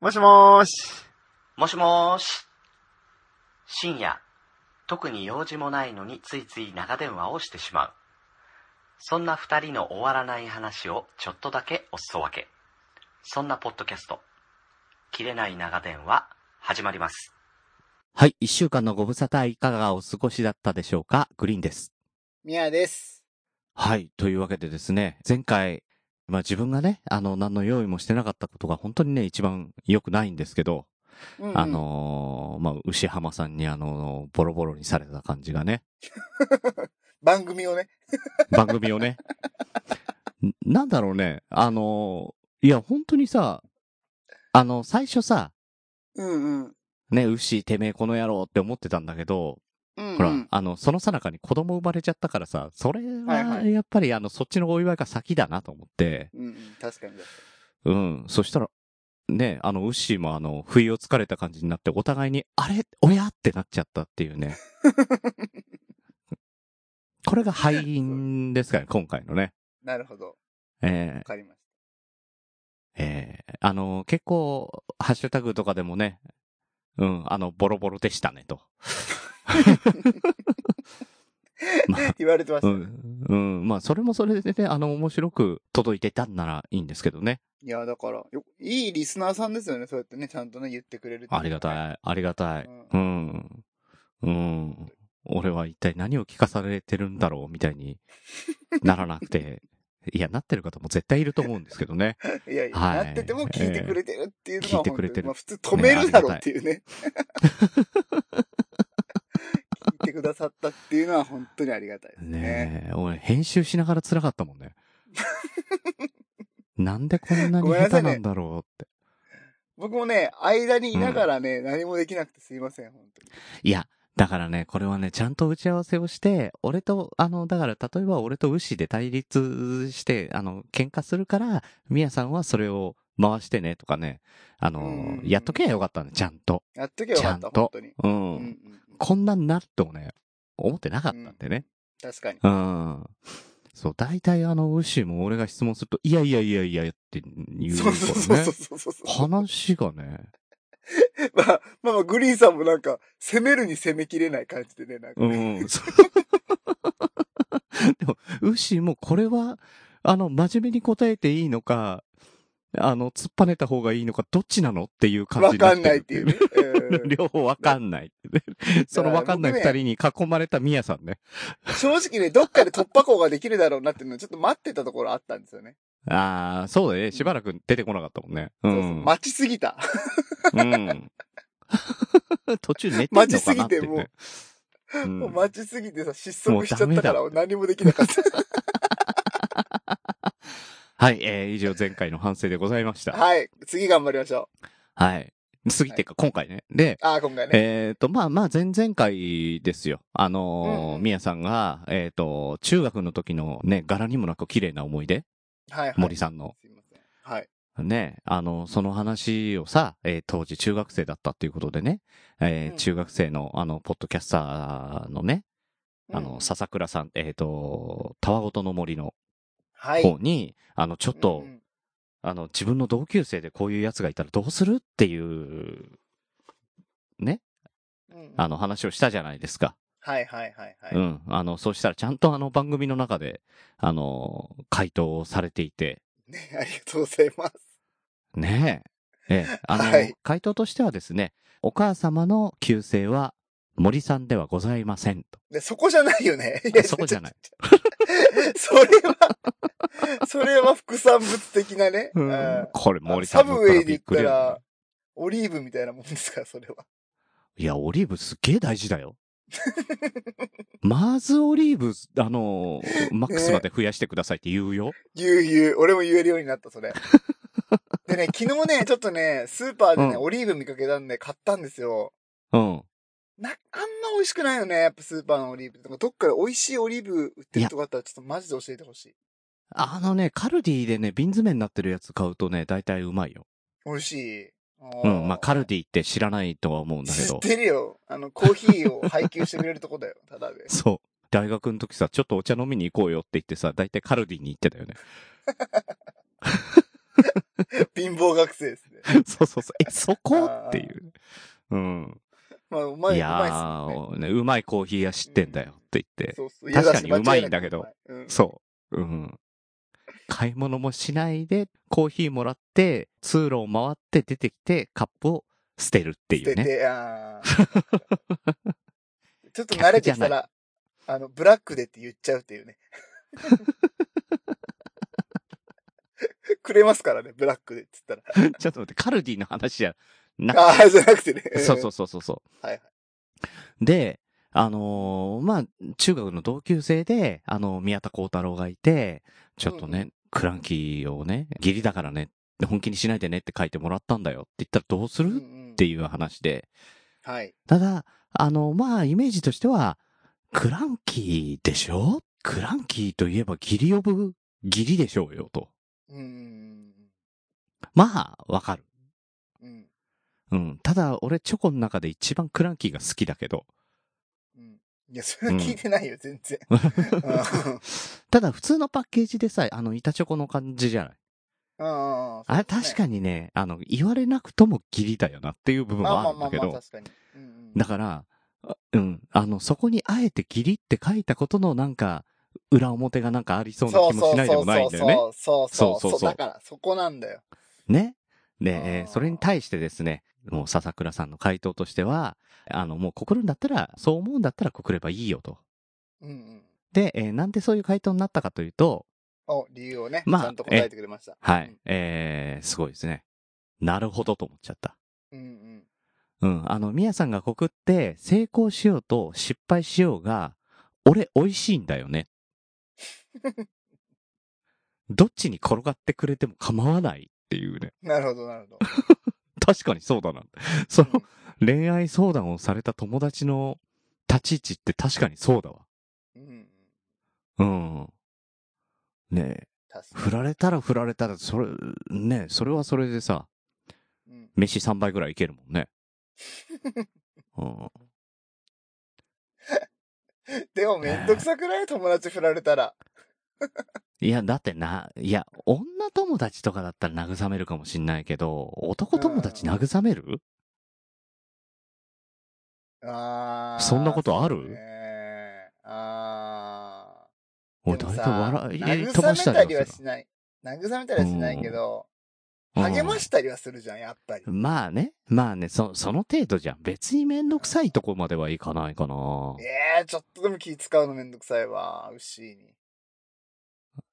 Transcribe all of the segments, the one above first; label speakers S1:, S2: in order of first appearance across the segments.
S1: もしもーし。
S2: もしもーし。深夜、特に用事もないのについつい長電話をしてしまう。そんな二人の終わらない話をちょっとだけおすそ分け。そんなポッドキャスト、切れない長電話、始まります。
S3: はい、一週間のご無沙汰いかがお過ごしだったでしょうかグリーンです。
S4: ミヤです。
S3: はい、というわけでですね、前回、まあ自分がね、あの、何の用意もしてなかったことが本当にね、一番良くないんですけど、
S4: うんうん
S3: あ、のーまあ、牛浜さんにあの、ボロボロにされた感じがね、
S4: 番組をね。
S3: 番組をね、 んなんだろうね、あのーいや、本当にさ、あの、最初さ、
S4: うんうん。
S3: ね、牛、てめえこの野郎って思ってたんだけど、
S4: うん、うん。
S3: ほら、あの、その最中に子供生まれちゃったからさ、それ
S4: はい
S3: は、
S4: はい
S3: やっぱり、あの、そっちのお祝いが先だなと思って、
S4: うんうん。確かに。
S3: うん、そしたら、ね、あの、ウッシーもあの、不意をつかれた感じになって、お互いに、あれ親ってなっちゃったっていう ね。これが敗因ですかね、今回のね。
S4: なるほど。
S3: え
S4: わかりまし
S3: ーえーあの、結構、ハッシュタグとかでもね、うん、あの、ボロボロでしたね、と。まあ
S4: た。言われてまし
S3: う
S4: たね。
S3: ん。うん。まあ、それもそれでね、あの、面白く届いてたんならいいんですけどね。
S4: いや、だから、よいいリスナーさんですよね。そうやってね、ちゃんとね、言ってくれるってうのは
S3: ありが
S4: ね。
S3: たい。ありがたい。
S4: う
S3: うん。うん。俺は一体何を聞かされてるんだろうみたい にならなくて。いや、なってる方も絶対いると思うんですけどね。
S4: いやいや、
S3: はい
S4: なってても聞いてくれてるっていうのが、
S3: ええ聞いてくれてる
S4: 本当にまあ、普通止めるだろうっていう ね。聞いてくださったっていうのは本当にありがたいですね。
S3: ねえ。俺、編集しながら辛かったもん ね。なんでこんなに
S4: ごめんな
S3: 下
S4: さ
S3: 手
S4: いね
S3: なんだろうって。
S4: 僕もね、間にいながらね、何もできなくてすいません、本当に。
S3: いや、だからね、これはね、ちゃんと打ち合わせをして、俺と、あの、だから、例えば俺と牛で対立して、あの、喧嘩するから、みやさんはそれを回してね、とかね、あ
S4: うん
S3: の
S4: う、ん
S3: やっとけばよかったね、ちゃんと。
S4: やっとけばよかっ
S3: ちゃ
S4: た、
S3: んと
S4: 本当に。
S3: う。
S4: うんんうんうん
S3: こんなんなるともね、思ってなかったんでね。
S4: 確かに。
S3: うん。そう、大体あの、牛も俺が質問すると、いやいやいやいやって言うか
S4: そうそう
S3: ら
S4: そ
S3: ね。
S4: うそうそうそう。
S3: 話がね、
S4: まあ、まあまあ、グリーンさんもなんか、攻めるに攻めきれない感じでね、なんか。
S3: うん。そう でも、ウッシーもこれは、あの、真面目に答えていいのか、あの、突っぱねた方がいいのか、どっちなのっていう感
S4: わ
S3: じにな
S4: か
S3: っ
S4: ん
S3: てる
S4: ないっていうね。うん
S3: 両方わかん ない。そのわかんない二人に囲まれたミヤさんね。
S4: 正直ね、どっかで突破口ができるだろうなっていうのをちょっと待ってたところあったんですよね。
S3: ああ、そうだね。しばらく出てこなかったもんね。う。
S4: そうそうん待ちすぎた。
S3: うん、途中寝てんのかなっていうね。うん
S4: もう待ちすぎてさ、失速しちゃっ
S3: もう
S4: た
S3: ダ
S4: か
S3: メだ
S4: ら何もできなかった。
S3: はい、えー以上前回の反省でございました。
S4: はい。次頑張りましょ
S3: はい。次っていうか、今回ね。で、
S4: う。ああ、今回ね。
S3: えっ、と、まあまあ、前々回ですよ。あのー
S4: うん
S3: みやさんが、えっ、と、中学の時のね、柄にもなく綺麗な思い出、
S4: はいはい。
S3: 森さんの。
S4: すいません。はい。
S3: ね、あの、その話をさ、えー当時中学生だったっていうことでね、えー
S4: うん
S3: 中学生の、あの、ポッドキャスターのね、あ
S4: う
S3: の、
S4: ん
S3: 笹倉さん、えっ、と、たわごとの森の
S4: はい。
S3: 方に、あの、ちょっと、
S4: うん
S3: あの、自分の同級生でこういう奴がいたらどうするっていう、ね、
S4: うんうん
S3: あの話をしたじゃないですか。
S4: はいはいはいはい。
S3: うん。あの、そうしたらちゃんとあの番組の中で、あの、回答をされていて、
S4: ね、ありがとうございます。
S3: ねえ。ええ、あの、
S4: はい
S3: 回答としてはですね、お母様の旧姓は森さんではございませんと。
S4: で、そこじゃないよね。いや
S3: そこじゃない。
S4: ちょちょちょそれは、 それは副産物的なね。う
S3: うん
S4: ん
S3: これ森さ
S4: サ
S3: んだ
S4: ブ
S3: っ
S4: ウ
S3: た
S4: ェ
S3: ら
S4: イ
S3: び
S4: で言
S3: っ
S4: っ
S3: くり
S4: た
S3: だ
S4: ら、オリーブみたいなもんですから、それは。
S3: ね。いや、オリーブすっげえ大事だよ。まずオリーブ、あの、マックスまで増やしてくださいって言うよ。
S4: 言う言う。俺も言えるようになっ た、それ。でね、昨日ね、ちょっとね、スーパーでね、
S3: うん
S4: オリーブ見かけたんで買ったんですよ。
S3: うん。
S4: な、あんま美味しくないよね、やっぱスーパーのオリーブ。なんかどっかで美味しいオリーブ売ってるとこあったら、ちょっとマジで教えてほしい。
S3: あのね、カルディでね、瓶詰めになってるやつ買うとね、大体うまいよ。
S4: 美味しい。う
S3: うん。まあ、カルディって知らないとは思うんだけ
S4: 知
S3: ど
S4: っ。てるよ。あの、コーヒーを配給してくれるとこ だよ、ただで。
S3: そう。大学の時さ、ちょっとお茶飲み に行こうよって言ってさ、大体カルディに行ってたよね。
S4: 貧乏学生ですね。
S3: そうそうそう。え、そこっていう。うん。
S4: まあ、うまい、
S3: いうや
S4: まいっすもんね。
S3: ー、ね、うまいコーヒー屋知ってんだよって言って。
S4: そうそう
S3: 確かに
S4: いやだし
S3: うまいんだけど
S4: 間違いなくうまい。うん
S3: そう。うん。買い物もしないで、コーヒーもらって、通路を回って出てきて、カップを捨てるってい
S4: 捨
S3: う
S4: てて、
S3: ね。
S4: あーちょっと慣れてきたら、あの、ブラックでって言っちゃうっ ていうね。くれますからね、ブラックでって言ったら。
S3: ちょっと待って、カルディの話じゃな
S4: ああ、じゃなくてね。
S3: そうそううそうそうそう。
S4: はいは
S3: で、あのーまあ、中学の同級生で、あの、宮田幸太郎がいて、ちょっとね、
S4: う
S3: クランキーをね、義理だからね、本気にしないでねって書いてもらったんだよって言ったらどうす
S4: ん。う
S3: るっ
S4: ん
S3: ていう話で、
S4: はい。
S3: ただ、あの、まあ、イメージとしては、クランキーでしょクランキーといえば義理呼ぶ義理でしょうよと。
S4: うん。
S3: まあ、わかる。
S4: うん。
S3: うん。ただ、俺、チョコの中で一番クランキーが好きだけど、
S4: うん。いや、それは聞いてないよ、全 然。
S3: ただ普通のパッケージでさえ、あの、板チョコの感じじゃない
S4: あ
S3: あれ確かにね、あの、言われなくともギリだよなっていう部分
S4: まあ
S3: は
S4: ま
S3: あるん
S4: あまあ
S3: だけ
S4: まあ、
S3: ど、
S4: 確かに。うんうん
S3: だから、あうん、あの、そこにあえてギリって書いたことのなんか、裏表がなんかありそうな気もしないでもないんだよね。
S4: そうそう
S3: そうそ
S4: そうう
S3: そ
S4: そうう。だから、そこなんだよ。
S3: ね。
S4: あ
S3: で、えー
S4: ー
S3: それに対してですね、もう笹倉さんの回答としては、あの、もう告るんだったら、そう思うんだったら告ればいいよと。
S4: うんうん。
S3: で、えーなんでそういう回答になったかというと、
S4: お、理由をね、
S3: まあ
S4: ちゃんと答えてくれました。
S3: はい、えー、すごいですね。なるほどと思っちゃった。
S4: うん。うん
S3: うん、あの、みやさんが告って、成功しようと失敗しようが、俺美味しいんだよ ね。どっちに転がってくれても構わないっていうね。
S4: うん。なるほど、なるほど。
S3: 確かにそうだな。その
S4: うん
S3: 恋愛相談をされた友達の立ち位置って確かにそうだわ。
S4: うんうん。
S3: うん。ねえ、
S4: 確か
S3: 振られたら振られたら、それ、ねえ、それはそれでさ、
S4: に。うん
S3: 飯3杯ぐらいいけるもん ね。うん、
S4: でも、めんどくさくない友達振られたら。
S3: いや、だってな、いや、女友達とかだったら慰めるかもしんないけど、男友達慰める
S4: あー
S3: そんなことある
S4: そうねあー。
S3: 俺、
S4: で
S3: だ
S4: も
S3: いぶ
S4: さ
S3: 笑い飛ばした
S4: 慰めた
S3: り
S4: り
S3: は
S4: は
S3: す
S4: しない。慰めたりはしないけど、
S3: る。
S4: 励ま
S3: し
S4: したりはするじゃん、やっぱり。
S3: まあね、まあね、そその程度じゃん。別にめんどくさいとこまではいかないかな。
S4: ええちょっとでも気使うのめんどくさいわ、牛に。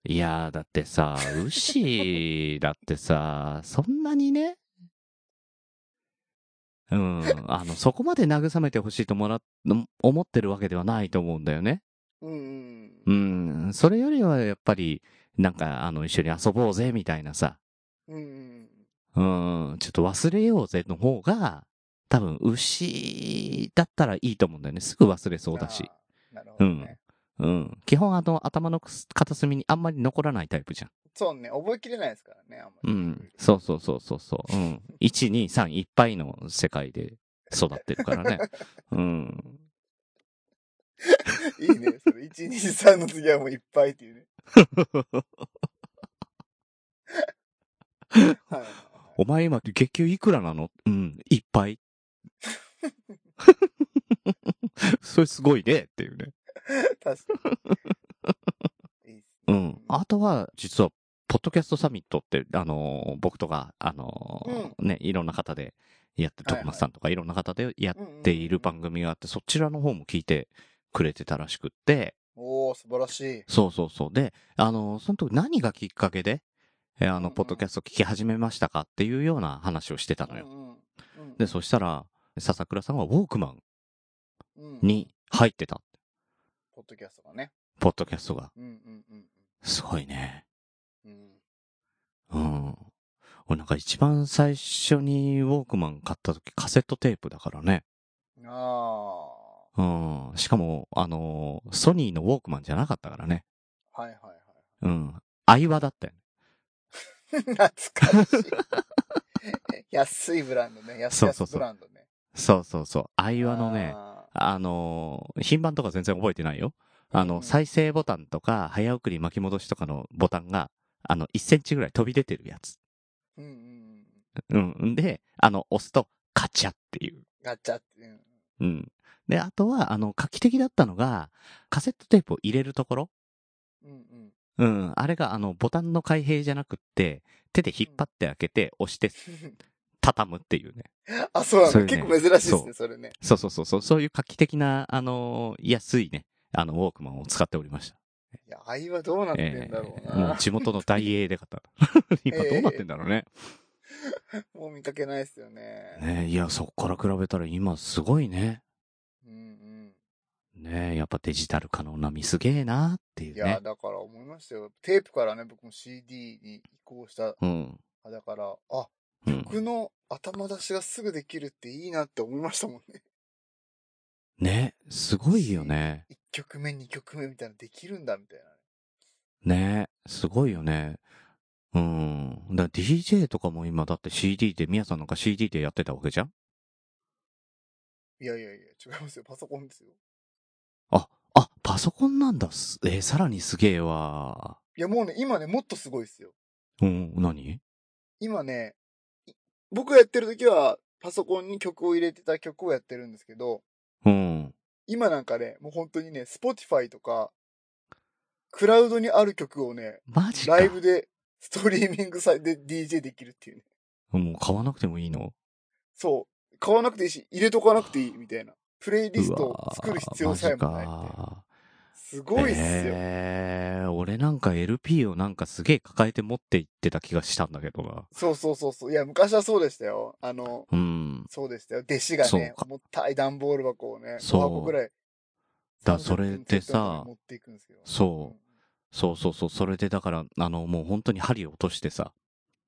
S3: いやー、だってさ、ウシだってさ、そんなにね、うん、あの、そこまで慰めてほしいともら、思ってるわけではないと思うんだよね。
S4: うんう。
S3: うんん、それよりはやっぱり、なんか、あの、一緒に遊ぼうぜ、みたいなさ、
S4: うんうん。
S3: うん、ちょっと忘れようぜの方が、多分、牛だったらいいと思うんだよね。すぐ忘れそうだし。
S4: あー。なるほどね。
S3: うん。基本、あの、頭の片隅にあんまり残らないタイプじゃん。
S4: そうね、覚えきれないですからね、あんま
S3: う
S4: り。
S3: ん。そうそうそうそうそう。うん。1、2、3、いっぱいの世界で育ってるからね。うん。
S4: いいね、それ。1、2、3の次はもういっぱいっていう ね。はい。
S3: お前今、月給いくらなのうん、いっぱい。それすごいね、っていうね。
S4: 確かに。いいっす
S3: う
S4: ね
S3: ん。あとは、実は、ポッドキャストサミットって、あのー僕とか、あのーね、いろんな方でやって、
S4: はいはい
S3: 徳松さんとかいろんな方でやっ
S4: うんうんうん
S3: ている番組があって、そちらの方も聞いてくれてたらしくって、
S4: おー、素晴らしい。
S3: そうそうそう。で、あのーその時何がきっかけで、えーあ
S4: うんう
S3: の、
S4: ん
S3: ポッドキャスト聞き始めましたかっていうような話をしてた
S4: う
S3: のよ。
S4: んうん
S3: で、そしたら、笹倉さんはウォークマン
S4: うん
S3: に、入ってた。
S4: ポッドキャストがね。
S3: ポッドキャストが。
S4: うんうんうん
S3: すごいね。
S4: うんうん。
S3: うん。俺なんか一番最初にウォークマン買った時カセットテープだからね。
S4: あ
S3: うん。しかも、あのーソニーのウォークマンじゃなかったからね。
S4: ー、はいはいはい。
S3: うん。相和だったよね。
S4: 懐かしい。安いブランドね。安
S3: そう
S4: い
S3: そうそう
S4: ブランドね。
S3: そうそうそう。相和のね、
S4: あ
S3: あのー品番とか全然覚えてないよ。あ
S4: う
S3: の、
S4: ん
S3: 再生ボタンとか、早送り巻き戻しとかのボタンが、あの、1センチぐらい飛び出てるやつ。
S4: うんうんうん。
S3: うん。で、あの、押すと、カチャっていう。
S4: ガチャって。うん
S3: うん。で、あとは、あの、画期的だったのが、カセットテープを入れるところ。
S4: うんうん。
S3: うん。あれが、あの、ボタンの開閉じゃなくって、手で引っ張って開けて、押して、畳むっていうね。
S4: あ、そうなん
S3: そ
S4: だ。
S3: れね
S4: 結構珍しいです
S3: そ
S4: ね、それね。
S3: そうそうそうそう、そういう画期的な、あのー安いね、あの、ウォークマンを使っておりました。
S4: いや、愛はどうなってんだろう
S3: えーもう
S4: な。
S3: 地元の大英で買 った。今どうなってんだろうね。
S4: もう見かけないですよね。
S3: ねいや、そっから比べたら今すごいね。
S4: うん
S3: ねやっぱデジタル可能なみすげえなってい
S4: うん。いうや、
S3: ね。
S4: だから思いましたよ。テープからね、僕も CD に移行した。
S3: うん。
S4: あだから、あ、
S3: うん、
S4: 僕の頭出しがすぐできるっていいなって思いましたもんね。
S3: ねすごいよね。
S4: 1曲目、2曲目みたいなのできるんだみたいな。
S3: ねすごいよね。うん。だから DJ とかも今だって CD で、みやさんなんか CD でやってたわけじゃん
S4: いやいやいや、違いますよ。パソコンですよ。
S3: あ、パソコンなんだ。すえーさらにすげえわ。
S4: いや、もうね、今ね、もっとすごいですよ。
S3: うん、何
S4: 今ね、い僕がやってる時は、パソコンに曲を入れてた曲をやってるんですけど、
S3: うん。
S4: 今なんかね、もう本当にね、Spotify とか、クラウドにある曲をね、
S3: マジか。
S4: ライブで、ストリーミングされて DJ できるっていうね。
S3: もう買わなくてもいいの
S4: そう。買わなくていいし、入れとかなくていいみたいな。プレイリスト
S3: うわ
S4: を
S3: ー
S4: 作る必要さえもないみたい
S3: マジ
S4: な。
S3: か
S4: すごいっすよ。
S3: えー俺なんか LP をなんかすげえ抱えて持って行ってた気がしたんだけどな。
S4: そうそうそうそう。いや、昔はそうでしたよ。あの、
S3: うん。
S4: そうでしたよ。弟子が
S3: そう
S4: ね、
S3: か
S4: 重たい段ボール箱をね、
S3: そう
S4: 5箱ぐらい。
S3: だそれでさ
S4: 30分持っていくんですけど
S3: そそうそうそう。それでだから、あの、もう本当に針を落としてさ。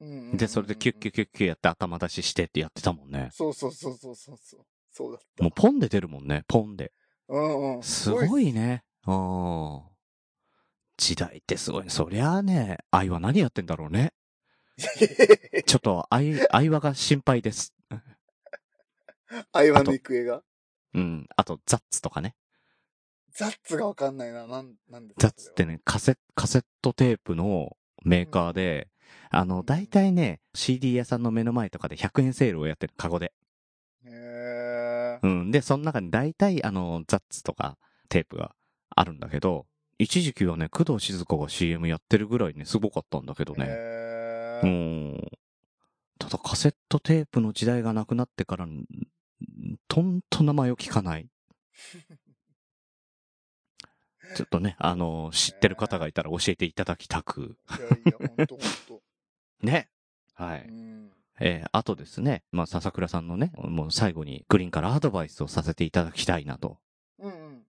S4: うん。うんうんうんうん
S3: で、それでキュッキュッキュッキュッやって頭出ししてってやってたもんね。
S4: そうそうそうそうそうそう。そうだった。
S3: もうポンで出るもんね。ポンで。
S4: うんうん。
S3: す
S4: っ
S3: ご
S4: す
S3: いね。うん。時代ってすごいね。そりゃあね、愛は何やってんだろうね。ちょっと愛、愛話が心配です。
S4: 愛はの行方が。
S3: うん。あと、ザッツとかね。
S4: ザッツがわかんないな。なん、なんです
S3: ザ
S4: か
S3: ッツってね、カセ、カセットテープのメーカーで、あ
S4: う
S3: の、
S4: ん
S3: 大体ね、CD 屋さんの目の前とかで100円セールをやってる、カゴで。
S4: それは。へえ。
S3: うん。で、その中に大体、あの、ザッツとかテープがあるんだけど、一時期はね、工藤静香が CM やってるぐらいね、すごかったんだけどね。
S4: へ
S3: う
S4: ー
S3: ん。ただ、カセットテープの時代がなくなってから、んとんと名前を聞かない。 ちょっとね、あの、知ってる方がいたら教えていただきたく。
S4: いやいや、ほんとほんと。
S3: ね。は
S4: う
S3: い。
S4: ん。え
S3: えーあとですね、まあ、笹倉さんのね、もう最後にグリーンからアドバイスをさせていただきたいなと。
S4: うんうん。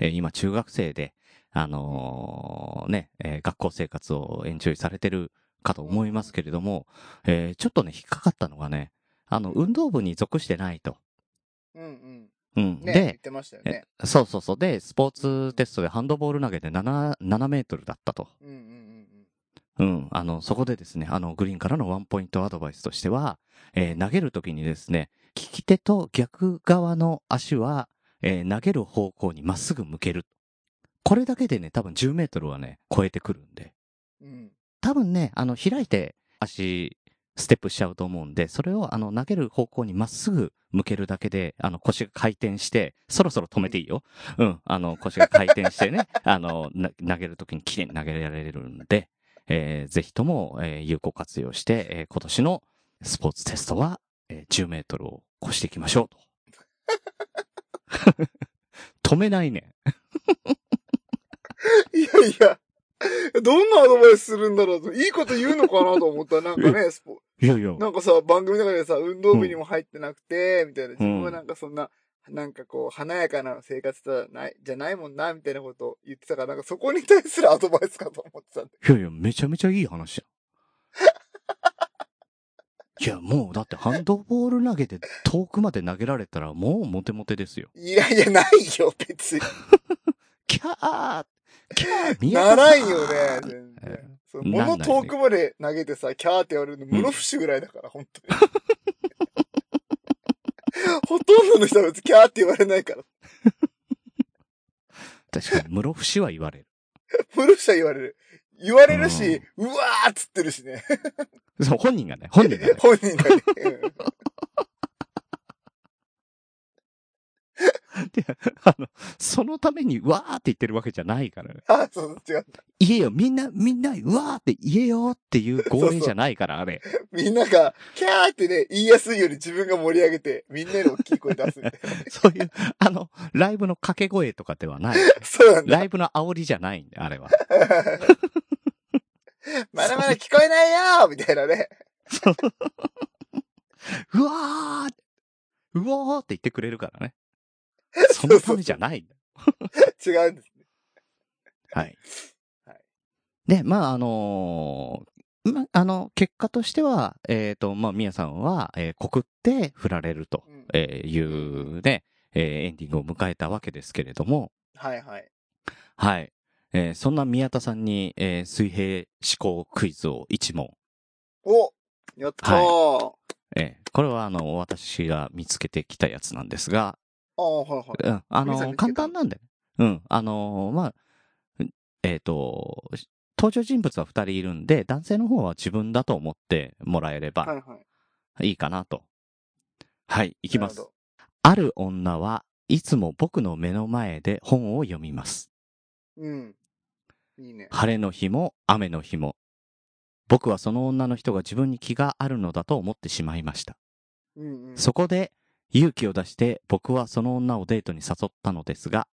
S3: えー今、中学生で、あのーね、えー学校生活をエンジョイされてるかと思いますけれども、えーちょっとね、引っかかったのがね、あの、運動部に属してないと。
S4: うんうん。
S3: うん。
S4: ね言っ
S3: で、
S4: てましたよね。
S3: そうそうそう。で、スポーツテストでハンドボール投げで7、7メートルだったと。
S4: うんうんう
S3: う
S4: ん
S3: ん、あの、そこでですね、あの、グリーンからのワンポイントアドバイスとしては、えー投げるときにですね、利き手と逆側の足は、えー投げる方向にまっすぐ向ける。これだけでね、多分10メートルはね、超えてくるんで。
S4: うん。うん。
S3: 多分ね、あの、開いて足、ステップしちゃうと思うんで、それをあの、投げる方向にまっすぐ向けるだけで、あの、腰が回転して、そろそろ止めていいよ。うん、あの、腰が回転してね、 あの、な投げるときにきれいに投げられるんで、えーぜひとも、えー有効活用して、えー今年のスポーツテストは、えー10メートルを越していきましょう と。止めないね。
S4: いやいや、どんなアドバイスするんだろうと、いいこと言うのかなと思ったら、なんかね、スポ
S3: いやいや。
S4: なんかさ、番組の中でさ、運動部にも入ってなくて、みたいな、自分はなんかそんな、なんかこう、華やかな生活じゃない、じゃないもんな、みたいなことを言ってたから、なんかそこに対するアドバイスかと思ってたんで。
S3: いやいや、めちゃめちゃいい話 じゃん。いや、もうだってハンドボール投げで遠くまで投げられたらもうモテモテですよ。
S4: いやいや、ないよ、別に。
S3: キャーキャー宮田
S4: なら
S3: さん
S4: んよね、全
S3: え
S4: 然。そう
S3: なんない
S4: 物
S3: ね
S4: 遠くまで投げてさ、キャーって言われるの、室伏ぐらいだから、本当に。ほとんどの人は別にキャーって言われないから。
S3: 確かに室伏は言われる。
S4: 室伏は言われる。言われるし、うわーっつってるしね。。
S3: そう、本人がね、本人が ね
S4: 本人がね。うん
S3: であの、そのために、わーって言ってるわけじゃないからね。
S4: あ、そう、違う。
S3: 言えよ、みんな、みんな、うわーって言えよっていう号令じゃないから、あれ。
S4: みんなが、キャーってね、言いやすいように自分が盛り上げて、みんなより大きい声出すみたいな。
S3: そういう、 あの、ライブの掛け声とかで はない。
S4: そうなんだ。
S3: ライブの煽りじゃないんだよ、あれは。
S4: まだまだ聞こえないよーみたいなね。
S3: うわーうおーって言ってくれるから ね。そのためじゃないんだ。
S4: 違うんです。
S3: はい
S4: はい。
S3: で、まあ、あのーま、あの、結果としては、えっ、と、まあ、みやさんは、えー告って振られると、
S4: うん
S3: えーいうね、えーエンディングを迎えたわけですけれども、
S4: はいはい。
S3: はい。えーそんな宮田さんに、えー水平思考クイズを一問。
S4: おやったー。
S3: えーこれは、あの、私が見つけてきたやつなんですが、
S4: ああ、はいはい。
S3: うん、あ
S4: ふみさん
S3: の、
S4: 見つけ
S3: 簡
S4: た
S3: 単なんだよ。うん、あの、まあ、えっ、と、登場人物は2人いるんで、男性の方は自分だと思ってもらえれ
S4: はい
S3: ば
S4: はい。
S3: いいかなと。はい、いきま
S4: なる
S3: す
S4: ほ。
S3: ある女はいつも僕の目の前で本を読みます。
S4: ど。うん。いいね。
S3: 晴れの日も雨の日も。僕はその女の人が自分に気があるのだと思ってしまいました。
S4: うんうん。
S3: そこで勇気を出して僕はその女をデートに誘ったのですが、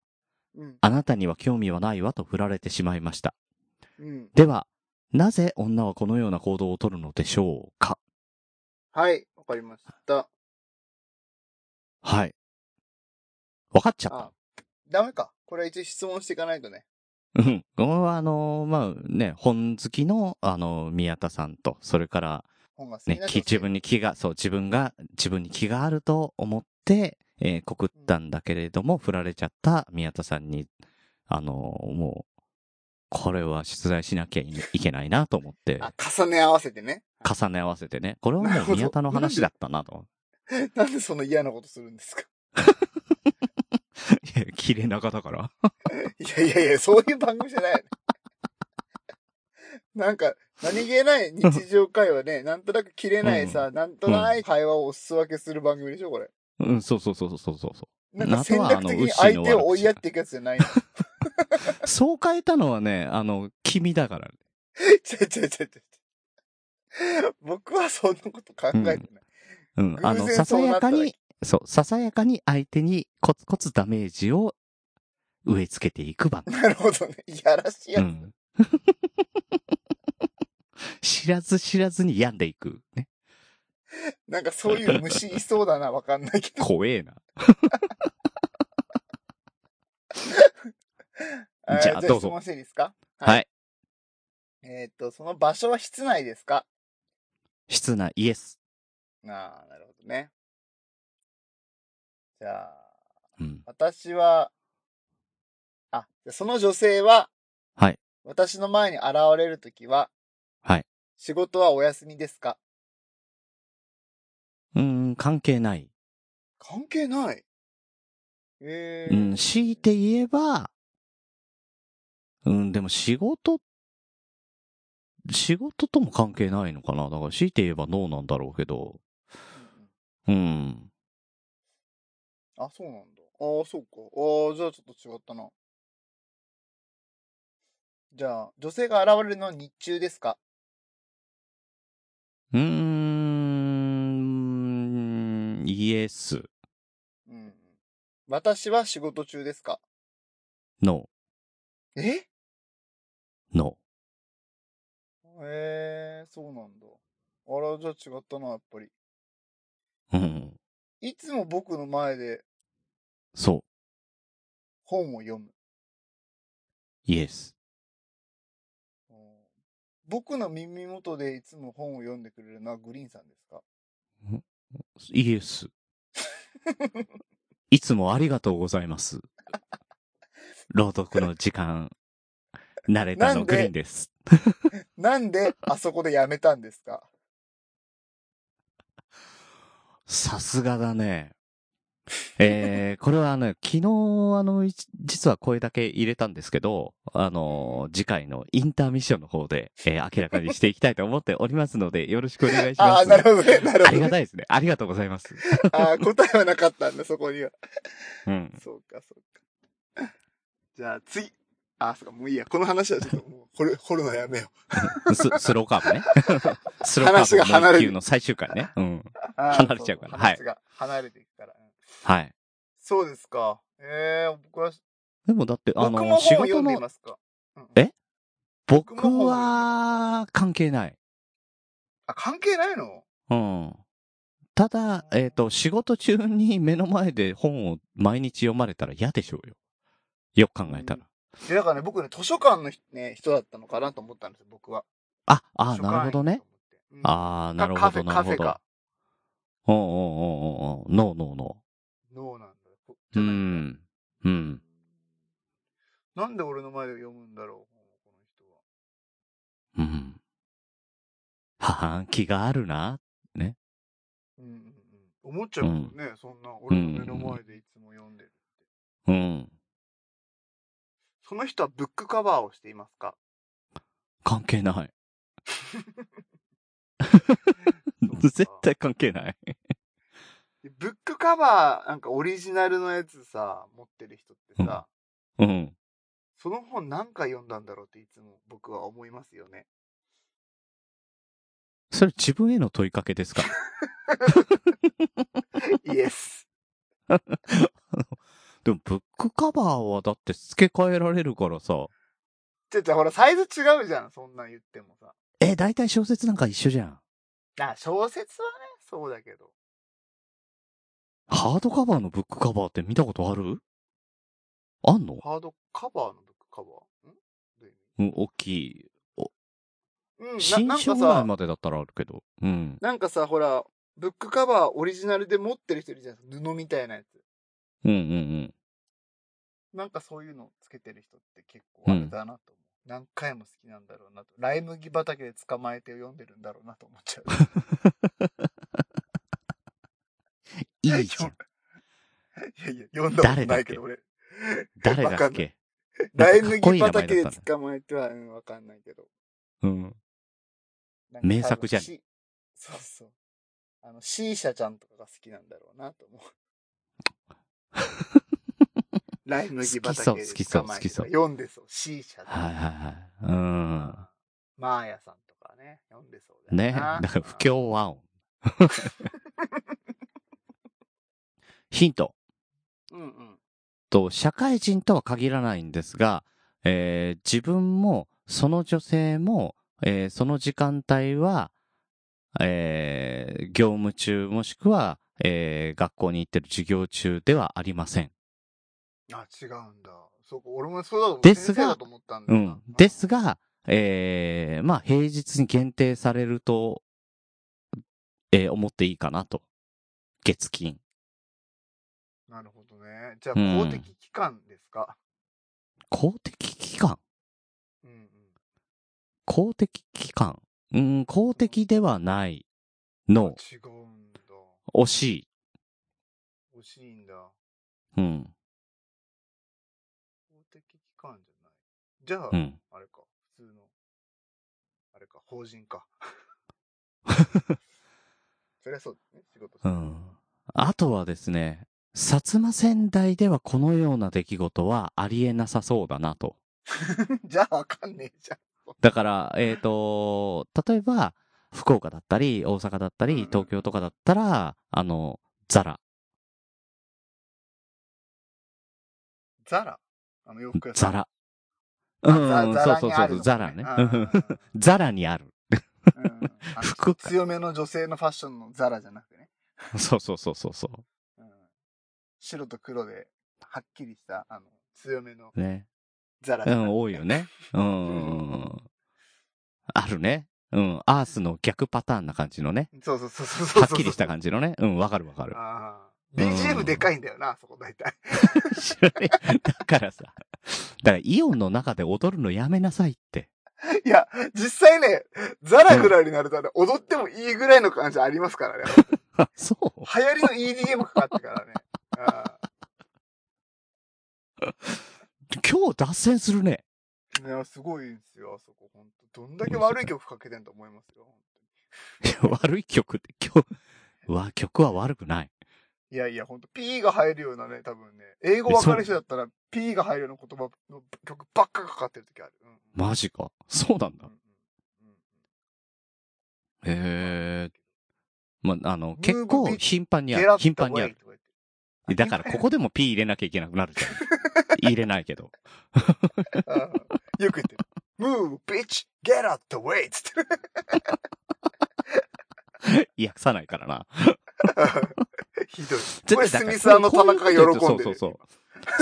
S4: うん。
S3: あなたには興味はないわと振られてしまいました。
S4: うん。
S3: では、なぜ女はこのような行動をとるのでしょうか
S4: はい。わかりました。
S3: はい。わかっちゃっ
S4: あ、ダメか。これは一応質問していかないとね。
S3: た。うん。これはあのーまあね、本好きの、あのー宮田さんと、それから、
S4: 本が好き
S3: ね
S4: な、
S3: き自分に気が、そう、自分が、自分に気があると思って、えー告ったんだけれども、振られちゃった宮田さんに、あのーもう、これは出題しなきゃいいけないなと思って、
S4: あ、重ね合わせてね。
S3: 重ね合わせてね、これは
S4: なる
S3: も
S4: ほ
S3: う
S4: ど
S3: 宮田の話だったなと。
S4: なんでそんな嫌なことするんですか
S3: いや、切れ長だから。
S4: いやいやいや、そういう番組じゃないよね。 なんか、何気ない日常会 話ね、なんとなく切れないさ、なんとない会話をお裾分けする番組でしょ、これ。
S3: うん、そうそうそうそうそうそう。
S4: なんか戦
S3: あ
S4: 略
S3: とはあ
S4: 的
S3: の
S4: に相手を追いやっていくやつじゃない。
S3: そう変えたのはね、あの、君だから。
S4: ちょいちょいちょいちょい。僕はそんなこと考えてない。
S3: うん。あ
S4: 偶
S3: の、
S4: 然
S3: さ
S4: そ
S3: さ
S4: うなっ
S3: や
S4: た
S3: か
S4: だけ
S3: に、そう、ささやかに相手にコツコツダメージを植え付けていく番組。
S4: なるほどね。いやらしいや
S3: う
S4: つ。
S3: ん。 知らず知らずに病んでいく。 ね。
S4: なんかそういう虫いそうだな、わかんないけど。
S3: 怖えな。
S4: えー
S3: じゃあどうぞ
S4: 質問していいですか
S3: はい。
S4: えーっと、その場所は室内ですか
S3: 室内、イエス。
S4: ああ、なるほどね。じゃあ、
S3: うん。
S4: 私は、あ、その女性は、
S3: はい。
S4: 私の前に現れるときは、
S3: はい。
S4: 仕事はお休みですか
S3: うーん、関係ない。
S4: 関係ない。え
S3: う
S4: ー、
S3: ん、強いて言えば、うん、でも仕事、仕事とも関係ないのかな。だから強いて言えばノーなんだろうけど、
S4: う
S3: う
S4: ん
S3: ん。
S4: あ、そうなんだ。ああ、そうか。ああ、じゃあちょっと違ったな。じゃあ、女性が現れるのは日中ですか
S3: うーん、イエス、
S4: うん。私は仕事中ですか
S3: ノ
S4: え
S3: ー、ノ
S4: えー、そうなんだ。あら、じゃあ違ったな、やっぱり。
S3: ー。うん、
S4: いつも僕の前で
S3: そう、
S4: 本を読む。
S3: イエス。
S4: うん僕の耳元でいつも本を読んでくれるのはグリーンさんですか
S3: イエス。 いつもありがとうございます。朗読の時間、慣れた
S4: な
S3: の
S4: んで
S3: グリーンです。
S4: なんであそこでやめたんですか
S3: さすがだね。えー、これはね、昨日、あの、い実は声だけ入れたんですけど、あの、次回のインターミッションの方で、えー明らかにしていきたいと思っておりますので、よろしくお願いします。
S4: ああ、なるほどね。なる
S3: あ
S4: ほ
S3: り
S4: ど
S3: が
S4: ね。
S3: たいですね。ありがとうございます。
S4: ああ、答えはなかったんだ、そこには。
S3: うん。
S4: そうか、そうか。じゃあ、次。あ、そうか、もういいや。この話はちょっともう、掘る、掘るのやめよ
S3: ススローカーブ ね。スローカーブの
S4: 話が離れる
S3: 一級の最終回ね。うん。
S4: う。あー
S3: 離れちゃうから
S4: そ
S3: はい
S4: 話が離れていくから。うん
S3: はい。
S4: そうですか。ええ僕は、
S3: でもだって、あ
S4: 僕も
S3: の、仕
S4: 本を読
S3: 事
S4: んでい
S3: の、
S4: ますか
S3: え僕
S4: 僕も
S3: は関係ない。
S4: あ、関係ないの
S3: うん。ただ、えっ、と、仕事中に目の前で本を毎日読まれたら嫌でしょうよ。よく考えたら。
S4: で、だからね、僕ね、図書館のひ、ね、人だったのかなと思ったんですよ、僕は。
S3: あ、あ
S4: 図書
S3: なる
S4: 館
S3: ほ
S4: 員
S3: ど
S4: だと思って
S3: ね。。
S4: うん
S3: ああ、なるほ
S4: カフ
S3: ど、
S4: ェ、
S3: な
S4: カ
S3: る
S4: フ
S3: ほ
S4: ェ
S3: ど
S4: か。。
S3: おうんうんうんうんうん。ノーノーノ
S4: ノーなんだ。こ
S3: ー。
S4: じ
S3: う
S4: ゃないんだ
S3: ん。うん。
S4: なんで俺の前で読むんだろう、この人は。
S3: うん。ははん、気があるな。
S4: うんうんうん。思っちゃうもんね、そんな、俺の目の前でいつも読んでる。
S3: うん。
S4: その人はブックカバーをしていますか
S3: 関係ない。
S4: そ う
S3: 絶対関係ない。
S4: ブックカバー、なんかオリジナルのやつさ、持ってる人ってさ、
S3: うん。
S4: その本何回読んだんだろうっていつも僕は思いますよね。
S3: それ自分への問いかけですか
S4: イエス。
S3: でも、ブックカバーはだって付け替えられるからさ。
S4: ちょっとほら、サイズ違うじゃん、そんなん言ってもさ。
S3: え、大体小説なんか一緒じゃん。
S4: あ、小説はね、そうだけど。
S3: ハードカバーのブックカバーって見たことあるあんの
S4: ハードカバーのブックカバーんどういう
S3: うん、大きい。
S4: 意味うん、
S3: 新
S4: ななん
S3: 書
S4: か
S3: ぐら
S4: さ
S3: い、までだったらあるけど。うん。
S4: なんかさ、ほら、ブックカバーオリジナルで持ってる人いるじゃないですか。布みたいなやつ。
S3: うんうん
S4: なんかそういうのつけてる人って結構あれだなと思う。何回も好きなんだろうなと。ライ麦畑で捕まえて読んでるんだろうなと思っちゃう。
S3: うん。 いい じゃん。
S4: いやいや、読んだことないけど俺。
S3: 誰
S4: わ
S3: だ
S4: か
S3: っ
S4: んない
S3: け
S4: ライ
S3: なんかかっ
S4: 麦
S3: こいい名前だったんだ
S4: 畑で捕まえては、うん、わかんないけど。
S3: うん。
S4: なんか多分
S3: 名作じゃん
S4: C- そうそう。あの、シーシャちゃんとかが好きなんだろうなと思う。 ライ麦畑で
S3: 好きそう好
S4: 捕まえ
S3: き
S4: て
S3: そう好きそう
S4: 読んでそう。シーシャ
S3: はい
S4: だ。
S3: はいはい。うん。
S4: マーヤさんとかね、読んでそうだ
S3: ね。
S4: よな
S3: だから不協和 音。ヒント。
S4: うんうん。
S3: と、社会人とは限らないんですが、えー自分も、その女性も、えーその時間帯は、えー業務中もしくは、えー学校に行ってる授業中ではありません。
S4: あ、違うんだ。そうか、俺もそうだと思
S3: ですが
S4: 先生だと思ったんだ
S3: う
S4: よ
S3: ん。ですが、えーまあ、平日に限定されると、えー思っていいかなと。月金。
S4: なるほどね。じゃあ、
S3: うん
S4: 公的機関ですか。
S3: 公的機関
S4: うんうん。
S3: 公的機関うん、公的ではないの、
S4: 違うんだ。
S3: 惜しい。
S4: 惜しいんだ。
S3: うん。
S4: 公的機関じゃない。じゃあ、
S3: うん。
S4: あれか、普通の、あれか、法人か。 そりゃそうですね、仕事して
S3: う
S4: る
S3: ん。あとはですね、薩摩仙台ではこのような出来事はありえなさそうだなと。
S4: じゃあ、わかんねえじゃん。
S3: だから、えっ、と、例えば、福岡だったり、大阪だった
S4: うんう
S3: り
S4: ん、
S3: 東京とかだったら、あの、ザラ、
S4: ザラあの洋服屋さ
S3: ザ
S4: ん。
S3: ラ。う
S4: あ。
S3: んうん、
S4: ザ
S3: そう
S4: ラ
S3: そ
S4: に
S3: う
S4: あ
S3: そ
S4: る
S3: う、
S4: の
S3: ザラね。
S4: うんうんうん
S3: ザラにある。
S4: うん あの
S3: 服
S4: 強めの女性のファッションのザラじゃなくてね。
S3: そうそうそうそうそ
S4: うん白と黒で、はっきりした、あの、強めの
S3: う。ね。
S4: ザラ。
S3: うん、多いよ。ね。うん。あるね。うん、アースの逆パターンな感じのね。
S4: そうそうそうそうそう。
S3: はっきりした感じのね。うん、わかるわかる。
S4: ああ。
S3: うん
S4: BGM でかいんだよな、そこ大体。
S3: 知らない。だからさ。だからイオンの中で踊るのやめなさいって。
S4: いや、実際ね、ザラぐらいになるとね、踊ってもいいぐらいの感じありますからね。
S3: あ、そう
S4: 流行りの EDM かかってからね。うあ
S3: 今日脱線するね。
S4: ーいや、すごいんですよ、あそこ。本当どんだけ悪い曲かけてんと思いますよ。本当に
S3: いや悪い曲って、今日、うわ、曲は悪くない。
S4: いやいや、ほんと、P が入るようなね、多分ね、英語わかる人だったら、P が入るような言葉の曲ばっかかかってる時ある。うん、
S3: マジか。そうなんだ
S4: うん。うん
S3: へえ。まあ、あの、
S4: Move
S3: 結構
S4: big
S3: 頻繁に
S4: ゲ
S3: あ
S4: ラ
S3: る。
S4: ッ
S3: 頻
S4: タ
S3: 繁
S4: ウ
S3: にあ
S4: ェイ
S3: る。
S4: とか言って。
S3: だから、ここでも P 入れなきゃいけなくなるじゃん。 入れないけど。
S4: ああよく言ってる。Move, bitch, get out the way! つって。
S3: 訳さないからな。
S4: ひどい。
S3: 絶
S4: これ、
S3: 対だ
S4: ス
S3: から
S4: ミさんの田中が喜んでる。
S3: そうそうそう。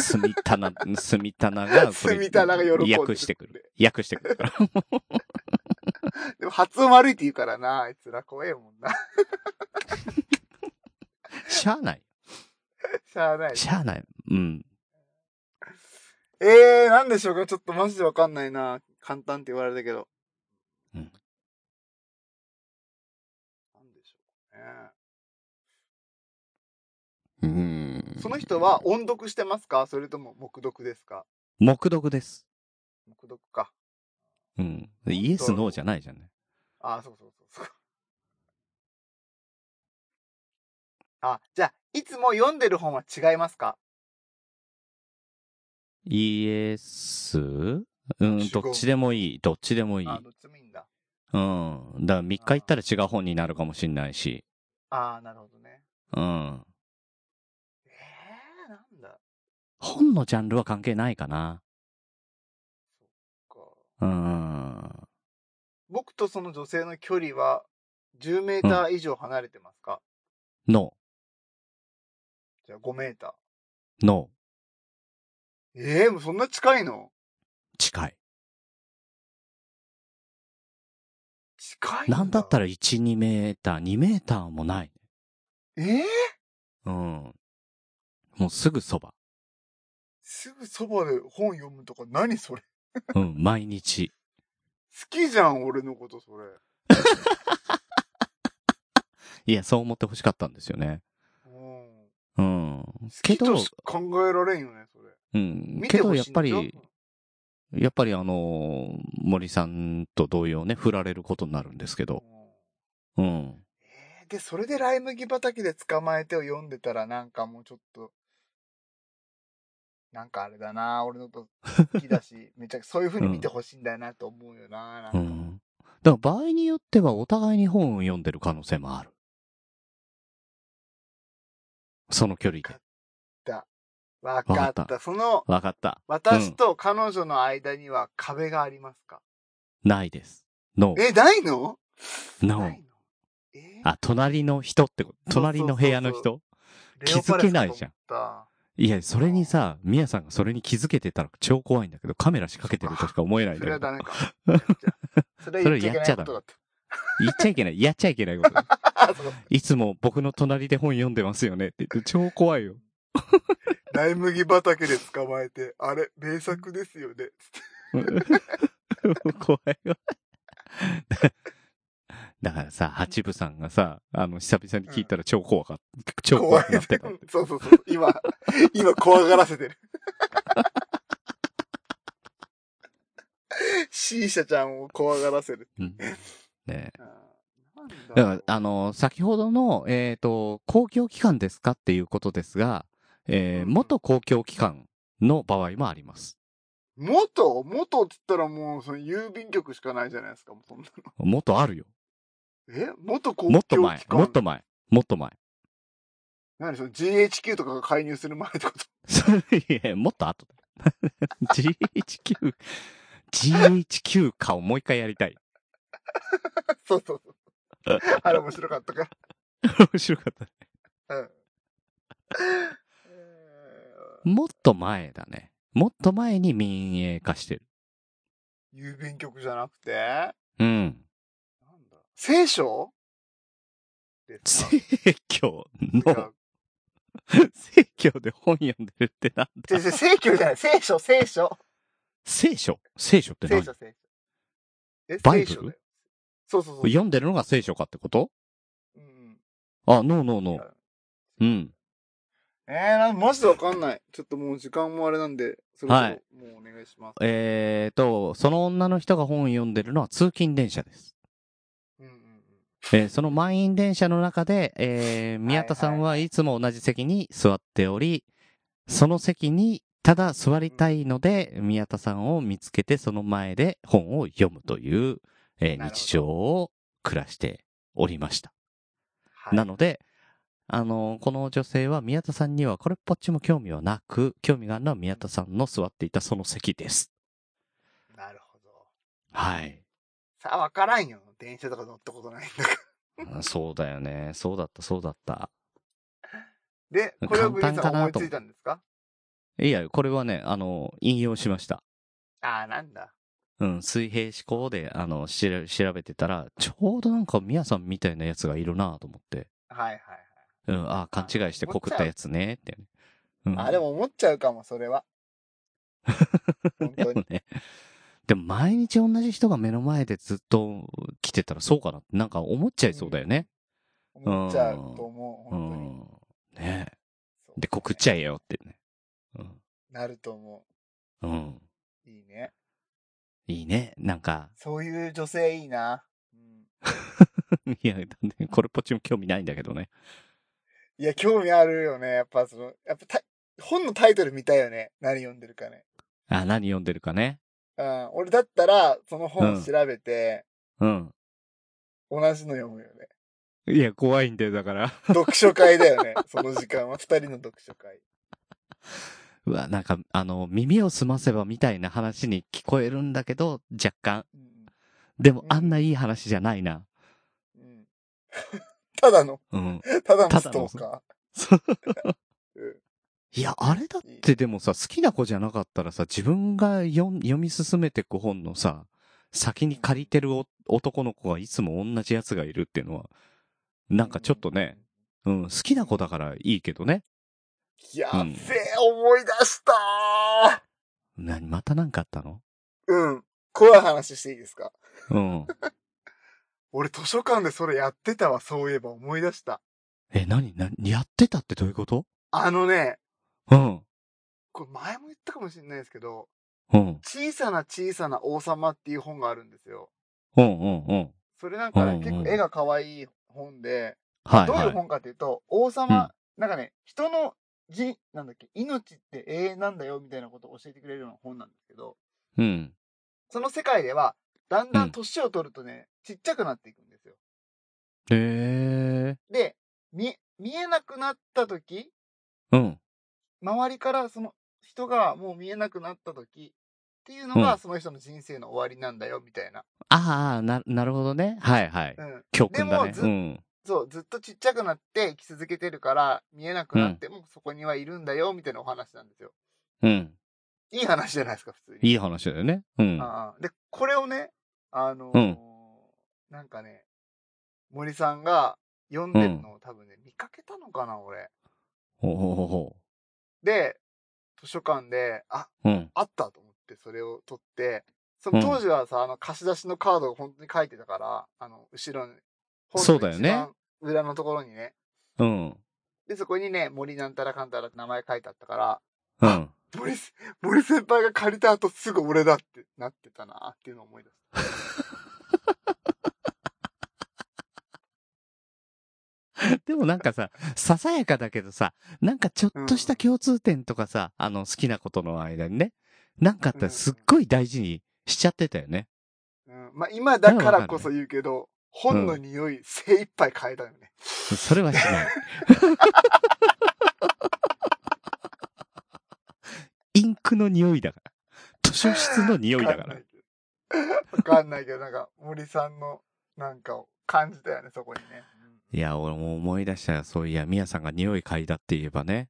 S3: スミタナ、スミタナが、これ
S4: スミタナが喜んでる
S3: 訳してくる。訳してくるから。
S4: でも発音悪いって言うからな、あいつら怖えもんな。
S3: しゃあない。
S4: しゃあない。
S3: しゃあない。うん。
S4: えー、なんでしょうかちょっとマジでわかんないな。簡単って言われたけど。
S3: うん
S4: なんでしょうか
S3: うん
S4: ね。その人は音読してますかそれとも黙読ですか
S3: 黙読です。
S4: 黙読か。
S3: うん。イエス、ノーじゃないじゃんね。
S4: あー、そうそうそう そう。あ、じゃあ、いつも読んでる本は違いますか
S3: イエスうん、どっちでもいい。どっちでもいい。
S4: あ、どっちもいいんだ。
S3: うん。だから3日行ったら違う本になるかもしんないし。
S4: あー、なるほどね。
S3: うん。
S4: えー、なんだ
S3: 本のジャンルは関係ないかな。
S4: か。
S3: うん。
S4: 僕とその女性の距離は10メーター以上離れてますか、
S3: の、
S4: じゃあ5メーター。
S3: の、
S4: ええもうそんな近いの
S3: 近い。
S4: 近いんだ。
S3: なんだった
S4: ら。
S3: ら1、2メーター、2メーターもない。
S4: ええ
S3: うん。もうすぐそば。
S4: すぐそばで本読むとか何それ
S3: うん、毎日。
S4: 好きじゃん、俺のことそれ。
S3: いや、そう思ってほしかったんですよね。う
S4: うん。
S3: ん
S4: 好。
S3: け
S4: き
S3: ど
S4: と、し考えられんよね、それ。
S3: うん。
S4: 見
S3: け
S4: て
S3: ど
S4: ほ
S3: やっ
S4: しいん
S3: ぱ
S4: でしょ
S3: り、やっぱりあのー森さんと同様ね、振られることになるんですけ
S4: うん
S3: ど。うん。
S4: ええで、それでライ麦畑で捕まえてを読んでたらなんかもうちょっと、なんかあれだな俺のこと好きだ し、めちゃくちゃそういう風に見てほしいんだよなと思うよなな
S3: う
S4: んか
S3: ん。だから場合によってはお互いに本を読んでる可能性もある。その距離で。
S4: わか
S3: わか
S4: った。
S3: った
S4: その、
S3: わかった。
S4: 私と彼女の間には壁がありますか、
S3: ないです。No.
S4: え、ないのな
S3: No.
S4: いのえ
S3: あ、隣の人ってこと
S4: そうそうそうそう
S3: 隣の部屋の人気づけないじゃん
S4: ん。レオパ
S3: いや、それにさ、ミヤさんがそれに気づけてたら超怖いんだけど、カメラ仕掛けてるとしか思えな
S4: レ
S3: い
S4: ス
S3: ん
S4: かと思ったそれ
S3: だ
S4: は
S3: けど。
S4: ダメか。やっちゃそれは言っちゃいけないことだった。
S3: 言っちゃいけない。やっちゃいけないことだ。
S4: あそう
S3: いつも僕の隣で本読んでますよねって言って、超怖いよ。
S4: ライ麦畑で捕まえて、あれ、名作ですよね。
S3: うん怖いわ。 だからさ、八部さんがさ、あの、久々に聞いたら超怖かった。超怖くなってたって。
S4: そうそうそう。 今、今怖がらせて る。C 社ちゃんを怖がらせる。
S3: うんねえ
S4: あーなん
S3: だ
S4: ろ
S3: か
S4: う
S3: ら、あの、先ほどの、えっ、と、公共機関ですかっていうことですが、えー
S4: うん
S3: 元公共機関の場合もあります。
S4: 元元って言ったらもう、その郵便局しかないじゃないですか、もうそんなの。
S3: 元あるよ。
S4: え元公
S3: もっ
S4: 共
S3: と前
S4: 機、関
S3: もっと前、もっと前。
S4: 何その GHQ とかが介入する前ってこと
S3: それいや、もっと後だ。GHQ、GHQ かをもう一回やりたい。
S4: かそうそうそう。あれ面白かったか
S3: 面白かった。
S4: ら。うん。
S3: もっと前だね。もっと前に民営化してる。
S4: えー郵便局じゃなくてなん
S3: うん。
S4: だ聖書ですか
S3: 政教
S4: 違
S3: の、
S4: う
S3: 政教で本読んでるってなん
S4: 違う
S3: だ
S4: 違う聖教じゃない。聖書、聖書。
S3: 聖書聖書って
S4: 聖
S3: 何
S4: 書、聖書。え、
S3: バイブル
S4: 聖書だよそうそうそう。
S3: 読んでるのが聖書かってこと
S4: うんうん
S3: あ、ノーノーノー。
S4: 違
S3: うん。
S4: えー、なんマジでわかんない。ちょっともう時間もあれなんで、そろそろ
S3: はい
S4: もうお願いします。
S3: えーと、その女の人が本読んでるのは通勤電車です。
S4: うんうんうん。
S3: えーその満員電車の中で、えー宮田さんはいつも同じ席に座っており、その席にただ座りたいので、宮田さんを見つけてその前で本を読むという、えー
S4: なるほど
S3: 日常を暮らしておりました。
S4: はい、
S3: なので、あのこの女性は宮田さんにはこれっぽっちも興味はなく、興味があるのは宮田さんの座っていたその席です。
S4: なるほど。
S3: はい。
S4: さあ、わからんよ。電車とか乗ったことないんだから。
S3: あ そうだよね。そうだった、そうだった。
S4: で、これをブリンさ
S3: 簡単か
S4: ん思
S3: ない
S4: つ
S3: と
S4: いたんですか
S3: いや、これはね、あの、引用しました。
S4: ああ、なんだ。
S3: うん、水平思考で、あの、しら調べてたら、ちょうどなんか、みやさんみたいなやつがいるなと思って。
S4: はいはい
S3: うん、ああ、勘違いして告ったやつね、って、ね。うん、
S4: はい。あ、でも思っちゃうかも、そ れは。本
S3: で
S4: 当に
S3: も。ね。でも、毎日同じ人が目の前でずっと来てたら、そうかなって、なんか思っちゃいそうだよね。
S4: 思っちゃうと思う、
S3: う
S4: 本当に。
S3: ん。ねえ
S4: そう
S3: で、告っちゃえよってね。うん。
S4: なると思
S3: うん。
S4: う。いいね。
S3: いいね。なんか、
S4: そういう女性いいな。うん、
S3: いや、だってこれっぽっちも興味ないんだけどね。
S4: いや、興味あるよね。やっぱその、やっぱた本のタイトル見たいよね。何読んでるかね。
S3: あ、何読んでるかね。
S4: うん。俺だったら、その
S3: う
S4: 本
S3: ん
S4: 調べて、
S3: うん。
S4: 同じの読むよね。
S3: いや、怖いんだよ、だから。
S4: 読書会 だよね。その時間は。二人の読書会。
S3: うわ、なんか、あの、耳を澄ませばみたいな話に聞こえるんだけど、若干。
S4: うん
S3: でも
S4: う、ん
S3: あんないい話じゃないな。
S4: うんうん、 ただの、
S3: うん。
S4: ただ
S3: ただの
S4: のストーカ
S3: そう
S4: ー。うん
S3: いや、あれだってでもさ、好きな子じゃなかったらさ、自分が読ん読み進めてく本のさ、先に借りてるお男の子がいつも同じやつがいるっていうのは、なんかちょっとね、。うん、好きな子だからいいけどね。
S4: や
S3: う
S4: っべ
S3: ん
S4: え、思い出したー
S3: なに、またなんかあったの
S4: うん。怖い話していいですか
S3: うん。
S4: 俺図書館でそれやってたわ、そういえば思い出した。
S3: え、なに、な、やってたってどういうこと
S4: あのね、
S3: うん。
S4: これ前も言ったかもしれないですけど、
S3: うん。
S4: 小さな小さな王様っていう本があるんですよ。
S3: うんうんうん。
S4: それなんか
S3: う
S4: ね、
S3: んうん
S4: 結構絵が可愛い本で、
S3: はい
S4: どう
S3: はいい。
S4: う本かっていうと、王様、なんかね、人のじ、なんだっけ、命って永遠なんだよみたいなことを教えてくれるような本なんですけど、
S3: うん。
S4: その世界では、だんだ
S3: うん
S4: ん年を取るとね、ちっちゃくなっていくんですよ。
S3: へえ。
S4: で、見、見えなくなった時、
S3: うん。
S4: 周りからその人がもう見えなくなった時っていうのが、
S3: うん
S4: その人の人生の終わりなんだよ、みたいな。
S3: ああ、な、なるほどね。はいはい。
S4: うん。
S3: 教訓だね。
S4: でもず
S3: うん。
S4: そう、ずっとちっちゃくなって生き続けてるから、見えなくなってもそこにはいるんだよ、みたいなお話なんですよ。
S3: うん。
S4: いい話じゃないですか、普通に。
S3: いい話だよね。うん。
S4: ああで、これをね、あのー
S3: うん
S4: なんかね、森さんが読んでるのを多分ね、見かけたのかな、俺。
S3: ほうほうほうほ
S4: で、図書館で、あ、
S3: う。うん。
S4: あったと思って、それを取って、その当時はさ、あの、貸し出しのカードが本当に書いてたから、あの、後ろに、
S3: そうだよね。
S4: 裏のところにね。
S3: うん。
S4: で、そこにね、森なんたらかんたらって名前書いてあったから、
S3: うん。
S4: 森せ、森先輩が借りた後すぐ俺だってなってたなっていうのを思い出した。
S3: でもなんかさ、ささやかだけどさ、なんかちょっとした共通点とかさ、あの、好きなことの間にね、なんかあったらすっごい大事にしちゃってたよね。
S4: うん、まあ今だからこそ言うけど、本の匂い精一杯変えたよね。
S3: それはし ない。インクの匂いだから。図書室の匂いだから。
S4: わかんないけど、わかんないけど、なんか森さんのなんかを感じたよね、そこにね。
S3: いや、俺も思い出したよ。そういや、みやさんが匂い嗅いだって言えばね。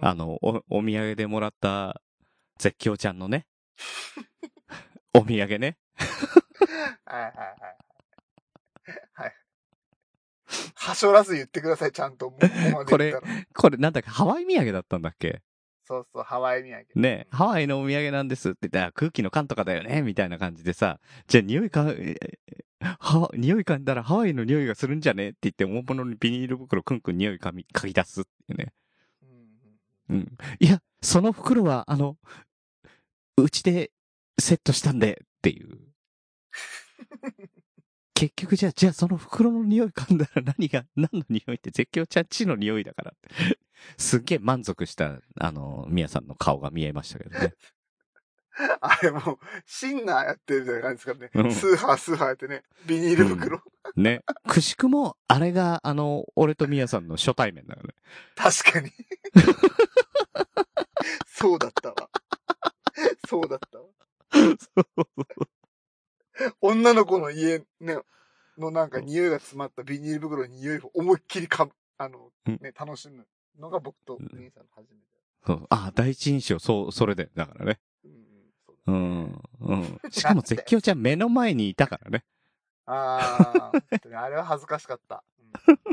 S4: うん
S3: あ、の、お、お土産でもらった絶叫ちゃんの ね。お土産ね。
S4: はいはいはい。はい。はしょらず言ってください、ちゃんと。もうここまで言ったら
S3: これなんだっけ、ハワイ土産だったんだっけ
S4: そうそう、ハワイ土産。
S3: ねハワイのお土産なんですって言ったら空気の缶とかだよねみたいな感じでさ、じゃあ匂いか、えは、匂い嗅いだらハワイの匂いがするんじゃねって言って、大物にビニール袋くんくん匂い嗅ぎ、嗅ぎ出すっていうね。
S4: うんうんうん
S3: うん。いや、その袋は、あの、うちでセットしたんで、って いう。結局じゃあ、じゃあその袋の匂い噛んだら 何が、何の匂いって絶叫ちゃんちの匂いだからって。すっげえ満足した、あの、みやさんの顔が見えましたけど ね。
S4: あれもう、シンナーやってるみたいな感じですから
S3: う
S4: ね。
S3: ん
S4: スーハースーハーやってね。ビニール袋。
S3: ね。くしくも、あれが、あの、俺とみやさんの初対面だからね。
S4: 確かに。 そうだったわ。そうだったわ。女の子の家、ね、のなんか匂いが詰まったビニール袋の匂いを思いっきりかむ、あの、
S3: うん
S4: ね、楽しむのが僕と
S3: うん
S4: 姉さんの初めて。
S3: そうあ、第一印象、そう、それで、だからね。
S4: うんうん、そうだ
S3: うん。うん。しかも絶叫ちゃん目の前にいたからね。
S4: あー本当にあれは恥ずかしかった。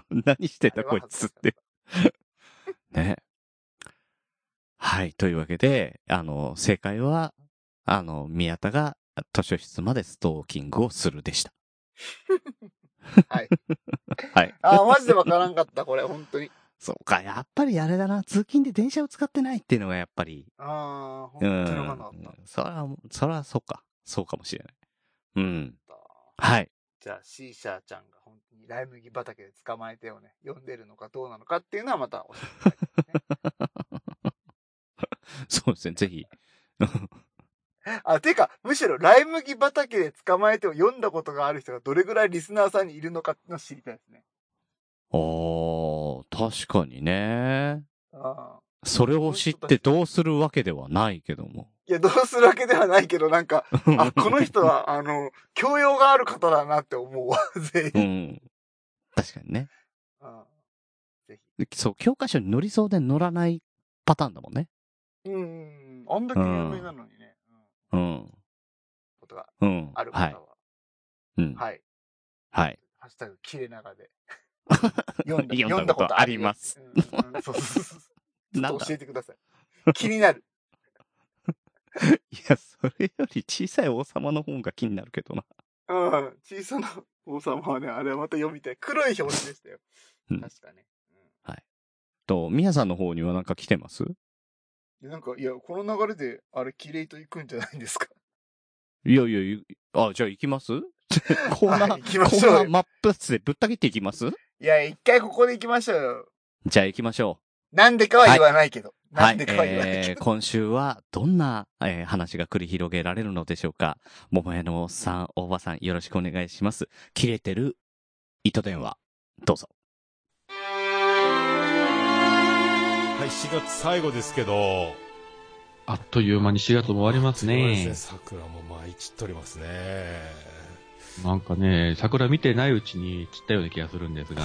S4: うん
S3: 何して
S4: あ
S3: た
S4: れは
S3: こい
S4: 恥ず
S3: つ
S4: か
S3: っ
S4: しか
S3: て。ね。はい。というわけで、あの、正解は、あの、宮田が図書室までストーキングをするでした。
S4: はい。
S3: はい。
S4: あーマジでわからんかった、これ、本当に。
S3: そうか。やっぱりあれだな。通勤で電車を使ってないっていうのがやっぱり。
S4: ああ、本
S3: う
S4: 当にわからなんかった。。
S3: そら、そら、そうか。そうかもしれない。うん。
S4: った
S3: はい。
S4: じゃあ、シーシャーちゃんが本当にライ麦畑で捕まえてをね、読んでるのかどうなのかっていうのはまた教えてくださいね、
S3: そうですね。ぜひ。
S4: あ、てか、むしろライ麦畑で捕まえてを読んだことがある人がどれぐらいリスナーさんにいるのかっていうのを知りたいですね。
S3: おー、確かにね。
S4: あー
S3: それを知ってどうするわけではないけども。
S4: いや、どうするわけではないけど、なんか、 あ、この人は、あの、教養がある方だなって思うわ、 全
S3: う
S4: 員。
S3: ん。確かにね。
S4: あーぜ
S3: そう、教科書に乗りそうで乗らないパターンだもんね。
S4: ひ。うん、あんだけ有名なのにね、うん、
S3: うん。
S4: ことが
S3: うん。
S4: ある方
S3: は
S4: は、
S3: い。うん。
S4: はい、
S3: はい。
S4: ハッシュタグ、切れ長で。
S3: 読んだことあります。
S4: うんうんそうそうそうそう。ち
S3: なん
S4: ょっと
S3: だ
S4: 教えてください。気になる。
S3: いや、それより小さい王様の方が気になるけどな。
S4: うん。小さな王様はね、あれはまた読みたい。黒い表紙でしたよ。
S3: うん
S4: 確かね。
S3: と、みやさんの方にはなんか来てます
S4: うんで、なんか、いや、この流れで、あれ、キレイと行くんじゃないんですか。
S3: いやいやいや、あ、じゃあ行きます コーナー、
S4: はい行きましょう
S3: コ
S4: よ
S3: ーナーマップでぶった切っていきます
S4: いや、一回ここで行きましょうよ。
S3: じゃあ行きましょう。
S4: なんでかは言わないけど。な
S3: は
S4: ん
S3: い、
S4: でかは言わないけ
S3: えー
S4: ど。
S3: 今週はどんな、えー話が繰り広げられるのでしょうか。桃屋のおっさん、おばさん、よろしくお願いします。切れてる糸電話、どうぞ。
S1: はい、4月最後ですけど、
S5: あっという間に4月も終わります
S1: そうですね
S5: ね。
S1: 桜も舞い散っておりますね。
S5: なんかね、桜見てないうちに散ったような気がするんですが。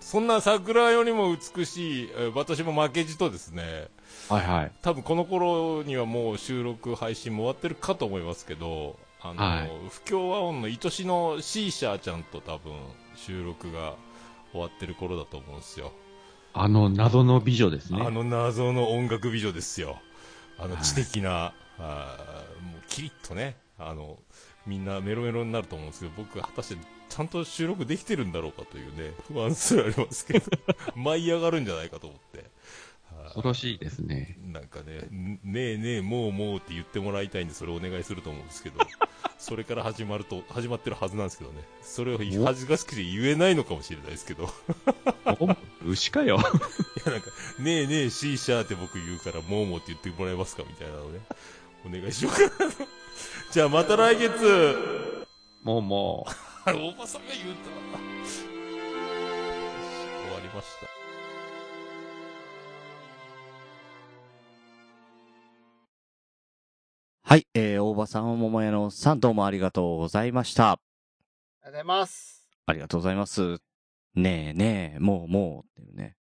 S1: そんな桜よりも美しい、えー私も負けじとですね、
S5: はいはい。
S1: 多分この頃にはもう収録、配信も終わってるかと思いますけど、あの、
S5: はい
S1: 不協和音の愛しのシーシャーちゃんと多分収録が終わってる頃だと思うんですよ。
S5: あの謎の美女ですね。
S1: あの謎の音楽美女ですよ。あの
S5: はい
S1: 知的な、あーもうキリッとね、あの、みんなメロメロになると思うんですけど、僕、果たしてちゃんと収録できてるんだろうかというね、 不安すらありますけど、 舞い上がるんじゃないかと思って。
S5: 恐ろしいです ね。
S1: なんかね、んねえねえ、もうもうって言ってもらいたいんで、それお願いすると思うんですけど、それから始まると、始まってるはずなんですけどね、それを恥ずかしくて言えないのかもしれないですけど、
S5: お牛かよ。
S1: いやなんか、ねえねえ、シーシャーって僕言うから、モーモーって言ってもらえますかみたいなのね。 お願いしようかなと。 じゃあまた来月
S5: もうもう。
S1: あれ、おばさんが言うたな。よし終わりました。
S3: はい、えー、大場さん、桃屋のおっさん、どうもありがとうございました。
S4: ありがとうござい ます。
S3: ありがとうございます。ねえねえ、もうもうっていうね。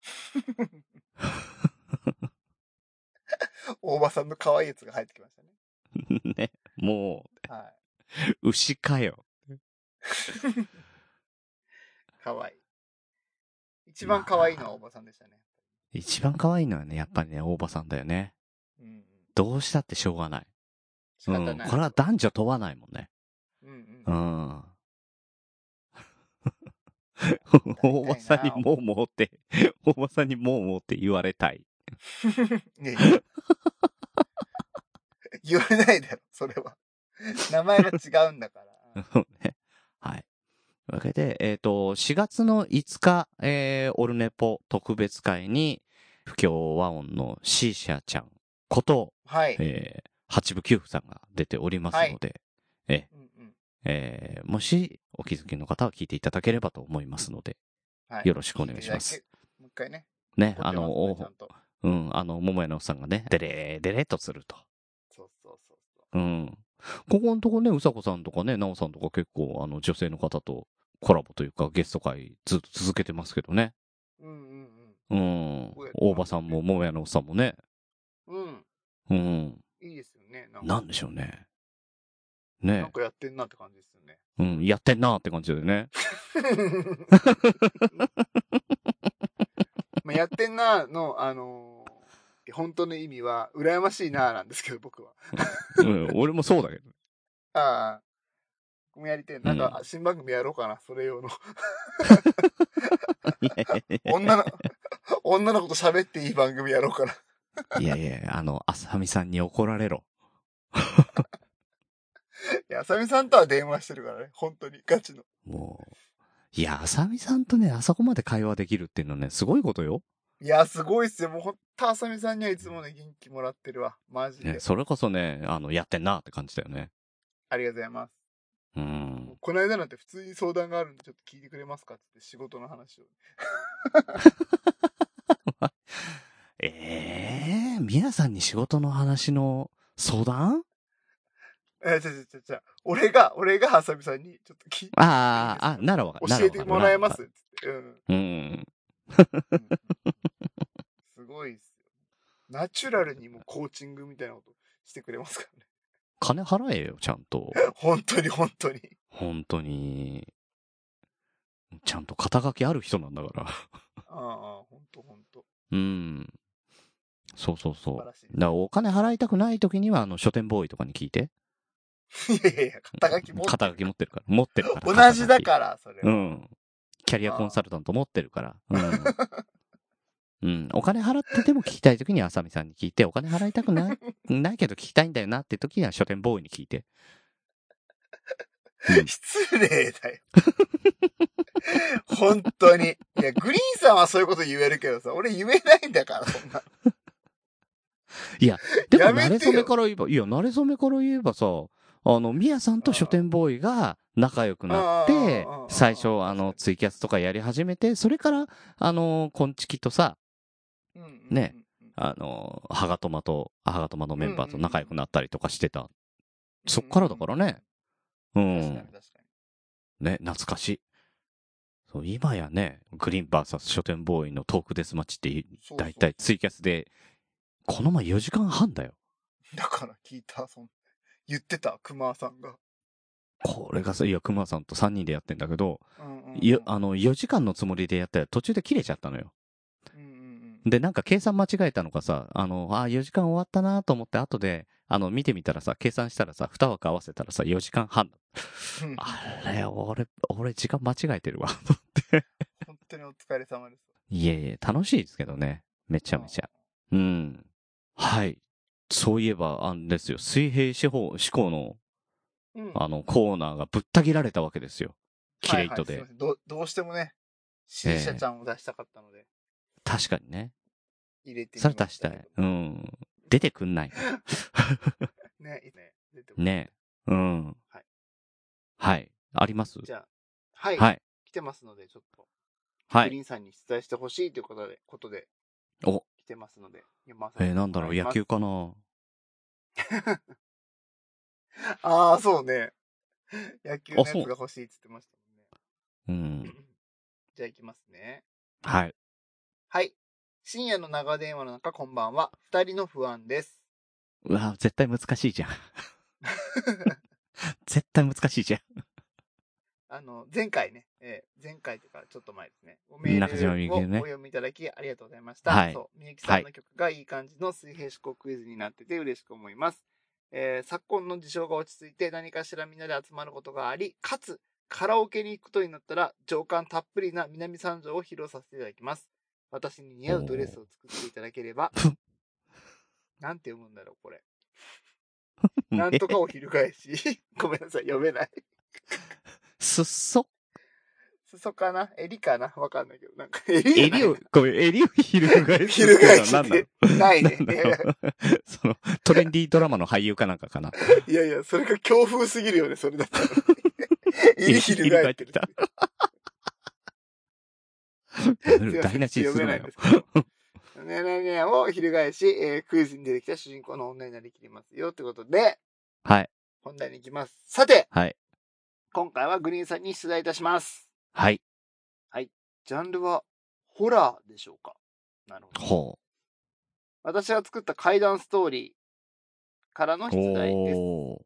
S4: 大場さんの可愛いやつが入ってきましたね。
S3: ね、も
S4: は
S3: う、牛かよ。
S4: い。可愛い。一番可愛いのは大場さんでしたね。
S3: 一番可愛いのはね、やっぱりね、大場さんだよね。
S4: うんうん。
S3: どうしたってしょうがない。
S4: 仕
S3: う
S4: 方ない。
S3: ん、これは男女問わないもんね。
S4: うん
S3: う
S4: うん。
S3: ん。 大場さんにもうもうって、大場さんにもうもうって言われたい。ん。
S4: いやい や言わないだろ、それは。名前が違うんだから。
S3: ねはい。というわけで、えっ、と、4月の5日、えー、オルネポ特別会に、不協和音のシーシャちゃんこと、
S4: はい。
S3: えー、八部九夫さんが出ておりますので、
S4: うんうん
S3: えーもしお気づきの方は聞いていただければと思いますので、
S4: はい
S3: よろしくお願いします。。
S4: もう一回ね。
S3: ね、
S4: 撮っ
S3: あ
S4: てますね
S3: の、お
S4: ちゃんと
S3: うん、あの、桃屋のおっさんがね、デレー、デレーっとすると。
S4: そうそうそうそう。
S3: うん。ここのとこね、うさこさんとかね、なおさんとか結構、あの、女性の方とコラボというか、ゲスト会ずっと続けてますけどね。
S4: うんうん
S3: うん。大場さんも、桃屋のおっさんもね。
S4: うん。うん。
S3: うん。
S4: いいですよね。なんか
S3: なんでしょうね。
S4: な
S3: ね
S4: んかやってんなって感じですよね。
S3: うん、やってんなーって感じだよね。
S4: まあやってんなの、あのー本当の意味は、羨ましいななんですけど、僕は。
S3: うん、 俺もそうだけど。
S4: ああ。僕もやりてえ。なんか
S3: う、
S4: 新番組やろうかな、そ れ用の。
S3: いやいやいや
S4: 女の、女の子と喋っていい番組やろうかな。
S3: いやいやいや、あの、あさみさんに怒られろ。
S4: いや、あさみさんとは電話してるからね、本当に、ガチの。
S3: もう。いや、あさみさんとね、あそこまで会話できるっていうのはね、すごいことよ。
S4: いや、すごいっすよ。もうほんと、あさみさんにはいつもね、元気もらってるわ。マジで。
S3: ね、それこそね、あの、やってんなーって感じだよね。
S4: ありがとうございます。
S3: うん。
S4: この間なんて普通に相談があるんで、ちょっと聞いてくれますかって仕事の話を。
S3: ええー、みやさんに仕事の話の相談
S4: え、ちゃちゃちゃちゃ俺が、俺があさみさんに、ちょっと聞い
S3: ああ、あ、ならわかなら
S4: 教え
S3: わか
S4: て
S3: る
S4: もらえま
S3: な
S4: すっつって。うん。
S3: らわかるうん。
S4: うんすごいっすよ。ナチュラルにもうコーチングみたいなことしてくれますからね。
S3: 金払えよ、ちゃんと。
S4: 本当に本当に。
S3: 本当に。ちゃんと肩書きある人なんだから。
S4: ああ、本当本当。
S3: うん。そうそうそう。
S4: 素晴
S3: だから
S4: しい
S3: らお金払いたくない時には、あの、書店ボーイとかに聞いて。
S4: いやいやいや、肩書き持って
S3: 肩書き持ってるから。持ってるから。
S4: 同じだから、それ
S3: う
S4: は。
S3: ん。キャリアコンサルタント持ってるから。うん。うん、お金払ってても聞きたいときには浅見さんに聞いて、お金払いたくない、ないけど聞きたいんだよなって時には書店ボーイに聞いて。
S4: 失礼だよ。本当に。いや、グリーンさんはそういうこと言えるけどさ、俺言えないんだから、そんな。
S3: でも、
S4: やめて
S3: 慣
S4: よ
S3: れ初めから言えば、いや、慣れ初めから言えばさ、あの、ミヤさんと書店ボーイが仲良くなっ
S4: あ
S3: て
S4: ーあー、
S3: 最
S4: あ
S3: 初、
S4: ー
S3: あの、ツイキャスとかやり始めて、それから、あの、コンチキとさ、
S4: うんうんうん
S3: ね。あの、ハガトマと、ハガトマのメンバーと仲良くなったりとかしてた。そっからだからね。う
S4: うん。
S3: ん
S4: 確かに確。か
S3: ね、懐かしい。そう、今やね、グリーンバーサス書店ボーイのトークデスマッチって、
S4: に。そうそう
S3: だいたいツイキャスで、この前4時間半だよ。
S4: だから聞いた、そん言ってた、熊さんが。
S3: これがさ、いや、熊さんと3人でやってんだけど、
S4: うんうんうん
S3: いや、あの、4時間のつもりでやったら途中で切れちゃったのよ。
S4: うんうんうん
S3: で、なんか計算間違えたのかさ、あの、あー、4時間終わったなと思って後で、あの、見てみたらさ、計算したらさ、2枠合わせたらさ、4時間半。
S4: うん
S3: あれ、俺、俺、時間間違えてるわ。
S4: 本当にお疲れ様です。
S3: いえいえ、楽しいですけどね。めちゃめちゃ。うん。はい。そういえば、あんですよ。水平司法、思考の、
S4: うん。
S3: あの、コーナーがぶった切られたわけですよ。キレイト
S4: はい
S3: で
S4: はいすいま。せんどうどうしてもね、支持者ちゃんを出したかったので、
S3: 確かにね。
S4: 入れてみ
S3: そ
S4: ま
S3: れ出した
S4: け
S3: い
S4: ど。
S3: うん。出てくんない。
S4: ね、いいね。出てこない
S3: ね。うん。
S4: はい。
S3: はい。あります
S4: じゃあ、はい、
S3: はい。
S4: 来てますので、ちょっと、
S3: は
S4: グリ
S3: い。
S4: ーンさんに出題してほしいということで、ことで、
S3: お、
S4: 来てますので、読ませて
S3: えーなんだろう、
S4: もらい
S3: 野
S4: ます
S3: 球。かな
S4: ああ、そうね。 野球のやつ
S3: そう
S4: が欲しいって言ってました
S3: う
S4: もんね
S3: ん。。
S4: じゃあ行きますね。
S3: はい。
S4: はい。深夜の長電話の中、こんばんは。二人の不安です。
S3: うわ、絶対難し いじゃん。絶対難しいじゃん。
S4: あの、前回ね、えー前回というか、ちょっと前ですね。おメー
S3: 中島みゆき
S4: ルをお
S3: のね
S4: 読みいただきありがとうございました。
S3: はい
S4: そう、みゆきさんの曲がいい感じの水平思考クイズになってて嬉しく思います。えー昨今の事象が落ち着いて何かしらみんなで集まることがあり、かつ、カラオケに行くことになったら、情感たっぷりな南三条を披露させていただきます。私に似合うドレスを作っていただければ、なんて読むんだろう、これ。なんとかを翻し、 ごめんなさい、読めない。
S3: すっそ。
S4: 裾かな襟かなわかんないけど、なんか襟じゃない
S3: 襟を、ごめん、襟を翻すって
S4: 翻
S3: いうの
S4: し
S3: は何なの
S4: て、な いね。いやいや
S3: その、トレンディードラマの俳優かなんかかな。
S4: いやいや、それが強風すぎるよね、それ だったら。入りひるがえってる。
S3: 台無しにするなよ。
S4: ねねねを翻し、えークイズに出てきた主人公の女になりきりますよってことで、
S3: はい。
S4: 本題に行きます。さて、
S3: はい。
S4: 今回はグリーンさんに出題いたします。
S3: はい。
S4: ジャンルは、ホラーでしょうかなるほど。
S3: ほ
S4: 私が作った怪談ストーリーからの
S3: う。
S4: 出題です。
S3: お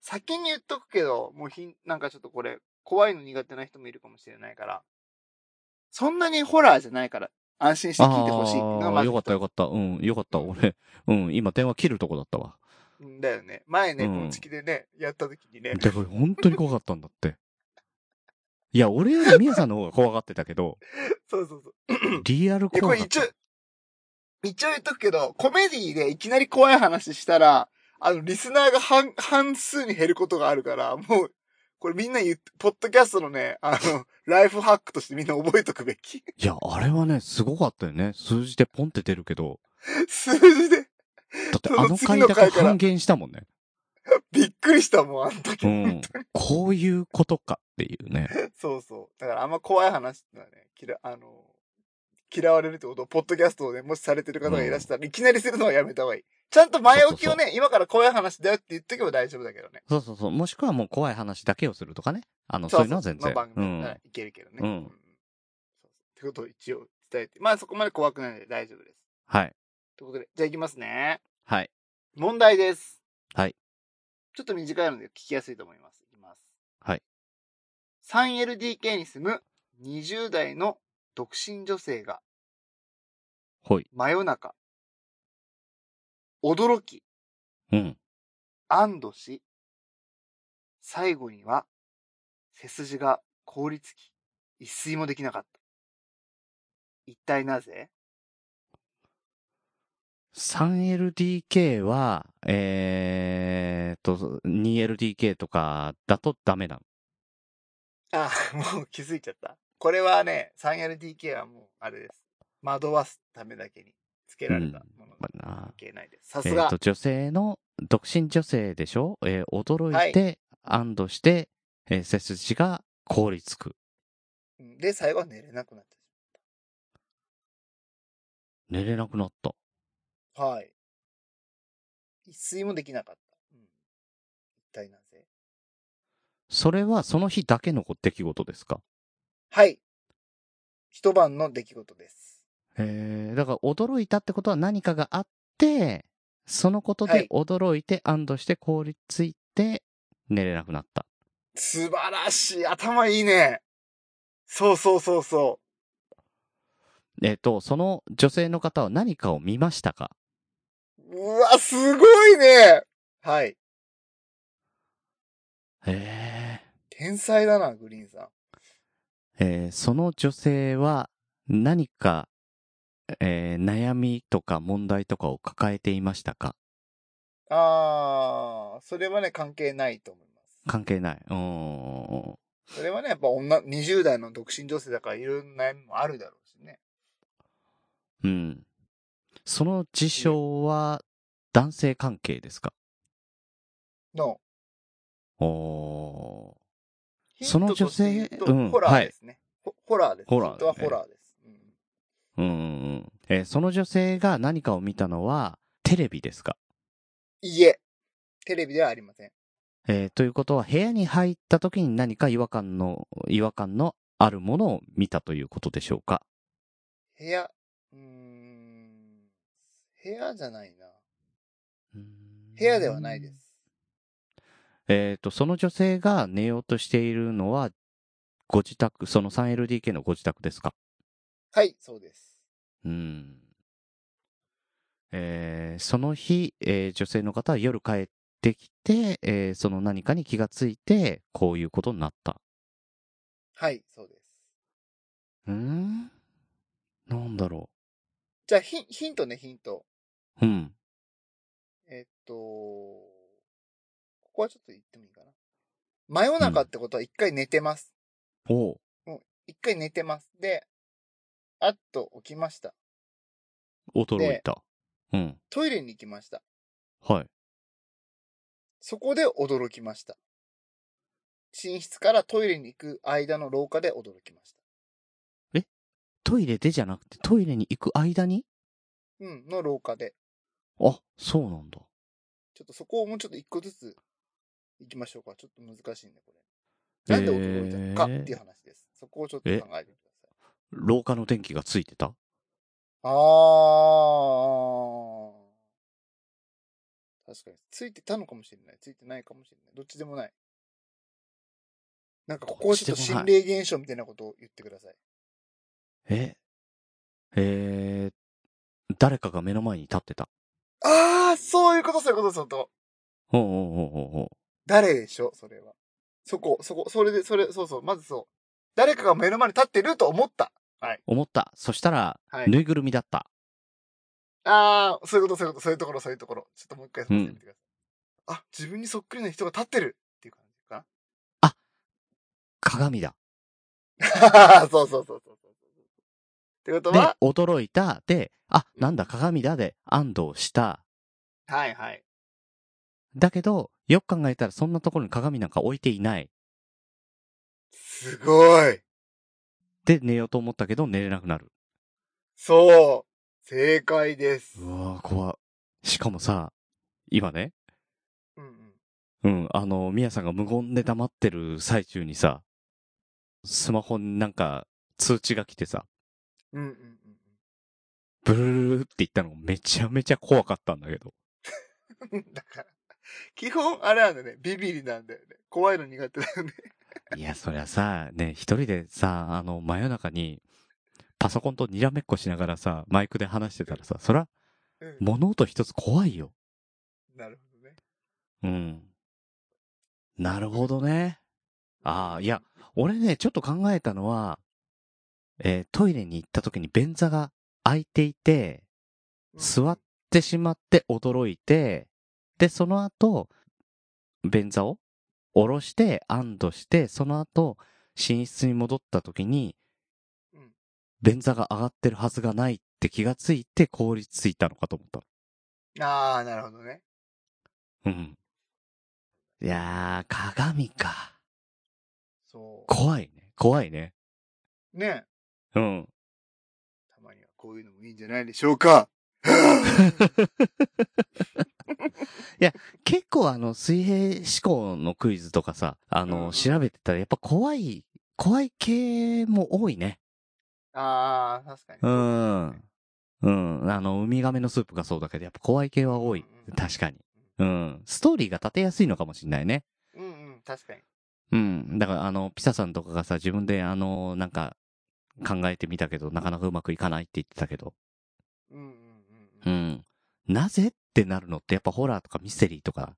S4: 先に言っとくけど、もうひん、なんかちょっとこれ、怖いの苦手な人もいるかもしれないから、そんなにホラーじゃないから、安心して
S3: ー。
S4: 聞いてほしいっていうのが
S3: あ
S4: ま
S3: あ、
S4: ず
S3: よか
S4: 一
S3: ったよ
S4: つ
S3: かった。うん、よかった。俺、うん、今電話切るとこだったわ。
S4: だよね。前ね、
S3: うん
S4: このチキでね、やった時にね。
S3: だから本当に怖かったんだって。いや、俺よりミヤさんの方が怖がってたけど、
S4: そうそうそう。
S3: リアル
S4: いや、こ
S3: 怖
S4: れ
S3: かっ
S4: 一
S3: た
S4: 応。、一応言っとくけど、コメディでいきなり怖い話したら、あの、リスナーが半、半数に減ることがあるから、もう、これみんな言って、ポッドキャストのね、あの、ライフハックとしてみんな覚えとくべき。
S3: いや、あれはね、すごかったよね。数字でポンって出るけど、
S4: 数字で、
S3: だって
S4: その
S3: あの
S4: 次
S3: 回
S4: の
S3: だけ
S4: 回から
S3: 半減したもんね。
S4: びっくりしたもん、あの時。
S3: うん。こういうことかっていうね。
S4: そうそう。だからあんま怖い話ってのはね、嫌、あの、嫌われるってことを、ポッドキャストをね、もしされてる方がいらしたら、いきなりするのはやめた方がいい。ちゃんと前置きを
S3: そう
S4: ね、今から怖い話だよって言っとけば大丈夫だけどね。
S3: そうそうそう。もしくはもう怖い話だけをするとかね。あの、
S4: そ
S3: そうういうのは全然。
S4: の番
S3: う
S4: 組なら
S3: ん。
S4: いけるけどね。
S3: うん
S4: そうそうってことを一応伝えて。まあそこまで怖くないので大丈夫です。
S3: はい。
S4: ということで、じゃあいきますね。
S3: はい。
S4: 問題です。
S3: はい。
S4: ちょっと短いので聞きやすいと思います。いきます。
S3: はい。
S4: 3LDK に住む20代の独身女性が
S3: ほい。
S4: 真夜中、驚き、
S3: うん。
S4: 安堵し、最後には、背筋が凍りつき、一睡もできなかった。一体なぜ
S3: 3LDK は、えーっと、2LDK とかだとダメなの。
S4: あ、もう気づいちゃった。これはね、3LDK はもう、あれです。惑わすためだけに付けられたもの。
S3: まあな
S4: 関係ないです。さ
S3: え
S4: す
S3: ーっ
S4: が
S3: と、、女性の、独身女性でしょえー驚いて、安堵して、えー背筋が凍りつく。
S4: うんで、最後は寝れなくなっ
S3: 寝れなくなった。
S4: た。はい。一睡もできなかった。うん、一体なぜ
S3: それはその日だけの出来事ですか
S4: はい。一晩の出来事です。
S3: えー、だから驚いたってことは何かがあって、そのこと
S4: はい
S3: で驚いて安堵して凍りついて寝れなくなった。
S4: 素晴らしい。頭いいね。そうそうそうそ
S3: えっ、と、その女性の方は何かを見ましたか
S4: う。うわ、すごいね。はい。
S3: え
S4: 天才だな、グリーンさん。
S3: ー、えーその女性は何か、えー悩みとか問題とかを抱えていましたか
S4: あー、それはね、関係ないと思いま
S3: 関係ない。うーん。
S4: す。それはね、やっぱ女、20代の独身女性だからいろんな悩みもあるだろうしね。
S3: うん。その事象は男性関係ですか
S4: の、
S3: おー。
S4: ヒ
S3: そ
S4: ン
S3: の
S4: ト
S3: 女
S4: として
S3: 性
S4: 言うと、
S3: うん
S4: ホラーですね。ほホラーです。
S3: ホラー
S4: ヒントはホラーです。うん
S3: うんうんうん。えーその女性が何かを見たのは、テレビですか
S4: いいえ、テレビではありません。
S3: えーということは、部屋に入った時に何か違和感の、違和感のあるものを見たということでしょうか
S4: 部屋、うーん、部屋じゃないな。部屋ではないで。す。
S3: えっ、と、その女性が寝ようとしているのは、ご自宅、その 3LDK のご自宅ですか
S4: はい、そうです。
S3: うん。えーその日、えー女性の方は夜帰ってきて、えーその何かに気がついて、こういうことになった。
S4: はい、そうです。
S3: うーんなんだろ
S4: じゃあヒン、ヒントね、ヒント。
S3: う。うん。
S4: えっと、ここはちょっと言ってもいいかな。真夜中ってことは一回寝てます。
S3: おう。
S4: 一、回寝てます。で、あっと起きました。
S3: 驚いた。うん。
S4: トイレに行きました。
S3: はい。
S4: そこで驚きました。寝室からトイレに行く間の廊下で驚きました。
S3: トイレでじゃなくて、トイレに行く間に
S4: うん、の廊下で。
S3: あ、そうなんだ。
S4: ちょっとそこをもうちょっと一個ずつ行きましょうか。ちょっと難しいね、これ。なんで驚いたのかっていう話です。そこをちょっと考えてください。
S3: 廊下の電気がついてた
S4: あー。確かに。ついてたのかもしれない。ついてないかもしれない。どっちでもない。なんかここはちょっと心霊現象みたいなことを言ってください。
S3: ええー、誰かが目の前に立ってた。
S4: あー、そういうこと、そういうこと、そういうこと。
S3: おうおうおうおうおう
S4: 誰でしょそれは。そこ、そこ、それで、それ、そうそう、まずそう。誰かが目の前に立ってると思った。
S3: 思った。そしたら、
S4: はい。
S3: ぬいぐるみだった。
S4: あー、そういうこと、そういうこと、そういうところ、そういうところ。ちょっともう一回させてみてください。あ、自分にそっくりな人が立ってるっていう感じか
S3: 鏡だ。
S4: な。 そうそうそうそうそう。ってこと
S3: で
S4: は、、
S3: 驚いた。で、あ、なんだ、鏡だ。で、安堵した。
S4: はいはい。
S3: だけど、よく考えたらそんなところに鏡なんか置いていない。
S4: すごい。
S3: で、寝ようと思ったけど、寝れなくなる。
S4: そう。正解です。
S3: うわー怖っしかもさ、今ね、
S4: うんうん。
S3: うん、あの、みやさんが無言で黙ってる最中にさ、スマホになんか通知が来てさ、
S4: うんうんうんうん。
S3: ブルルルルって言ったのめちゃめちゃ怖かったんだけど。
S4: だから、基本あれなんだよね。ビビりなんだよね。怖いの苦手だよね。
S3: いや、そりゃさ、ね、一人でさ、あの、真夜中に、パソコンとにらめっこしながらさ、マイクで話してたらさ、そら、
S4: うん
S3: 物音一つ怖いよ。
S4: なるほどね。
S3: うん。なるほどね。ああ、いや、俺ね、ちょっと考えたのは、えートイレに行った時に便座が開いていて、座ってしまって驚いて、で、その後、便座を下ろして、安堵して、その後、寝室に戻った時に
S4: うん、
S3: 便座が上がってるはずがないって気がついて凍りついたのかと思った。
S4: ああ、なるほどね。
S3: うん。いやー、鏡か。
S4: そ
S3: 怖いね。怖いね。
S4: う。ね
S3: うん。
S4: たまにはこういうのもいいんじゃないでしょうか。
S3: 結構あの、水平思考のクイズとかさ、あ
S4: うんう
S3: の、
S4: ん
S3: 調べてたらやっぱ怖い、怖い系も多いね。
S4: ああ、確かに。
S3: うん。うん。あの、ウミガメのスープがそうだけど、やっぱ怖い系は多い
S4: うん。
S3: 確かに。うん。ストーリーが立てやすいのかもしれないね。
S4: うんうん、確かに。
S3: うん。だから、あの、ピサさんとかがさ、自分で、あの、なんか、考えてみたけど、なかなかうまくいかないって言ってたけど、
S4: うんうんう。
S3: うんん。なぜってなるのって、やっぱホラーとかミステリーとか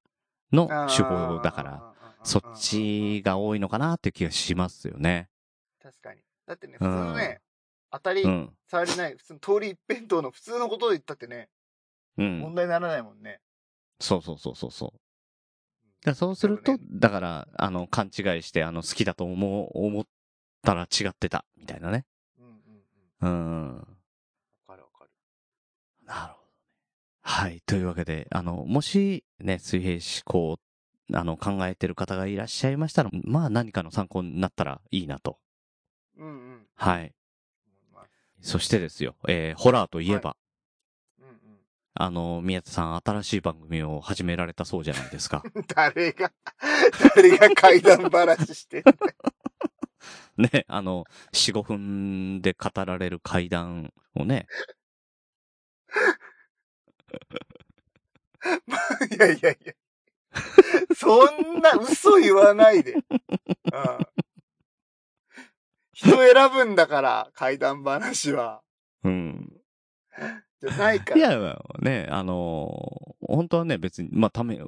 S3: の
S4: あー
S3: 手法だから、、そっち。が多いのかなっていう気がしますよね。
S4: 確かに。だってね、普通のね、当たり
S3: うん。
S4: 触りない、普通の通り一辺倒の普通のことを言ったってね、
S3: うん
S4: 問。題にならないもんね。
S3: そうそうそうそうそう。だからそうすると、
S4: でもね
S3: だから、あの、勘違いして、あの、好きだと思う、思ったら違ってた、みたいなね。
S4: うんうんうん。
S3: うん。
S4: わかるわかる。
S3: なるほどね。はい。というわけで、あの、もし、ね、水平思考、あの、考えてる方がいらっしゃいましたら、まあ、何かの参考になったらいいなと。
S4: うんうん。
S3: はい。
S4: 思います
S3: そしてですよ、えーホラーといえば、
S4: うんう
S3: あの、宮田さん、新しい番組を始められたそうじゃないです か。
S4: ん。 誰が、誰が階段話してんだよ
S3: ね、あの、4、5分で語られる階段をね、
S4: いやいやいや。そんな嘘言わないで。うん。人選ぶんだから、怪談話は。
S3: うん。
S4: じゃないか
S3: い
S4: ら。
S3: や、まあね、あのー本当はね、別に、まあ、ため、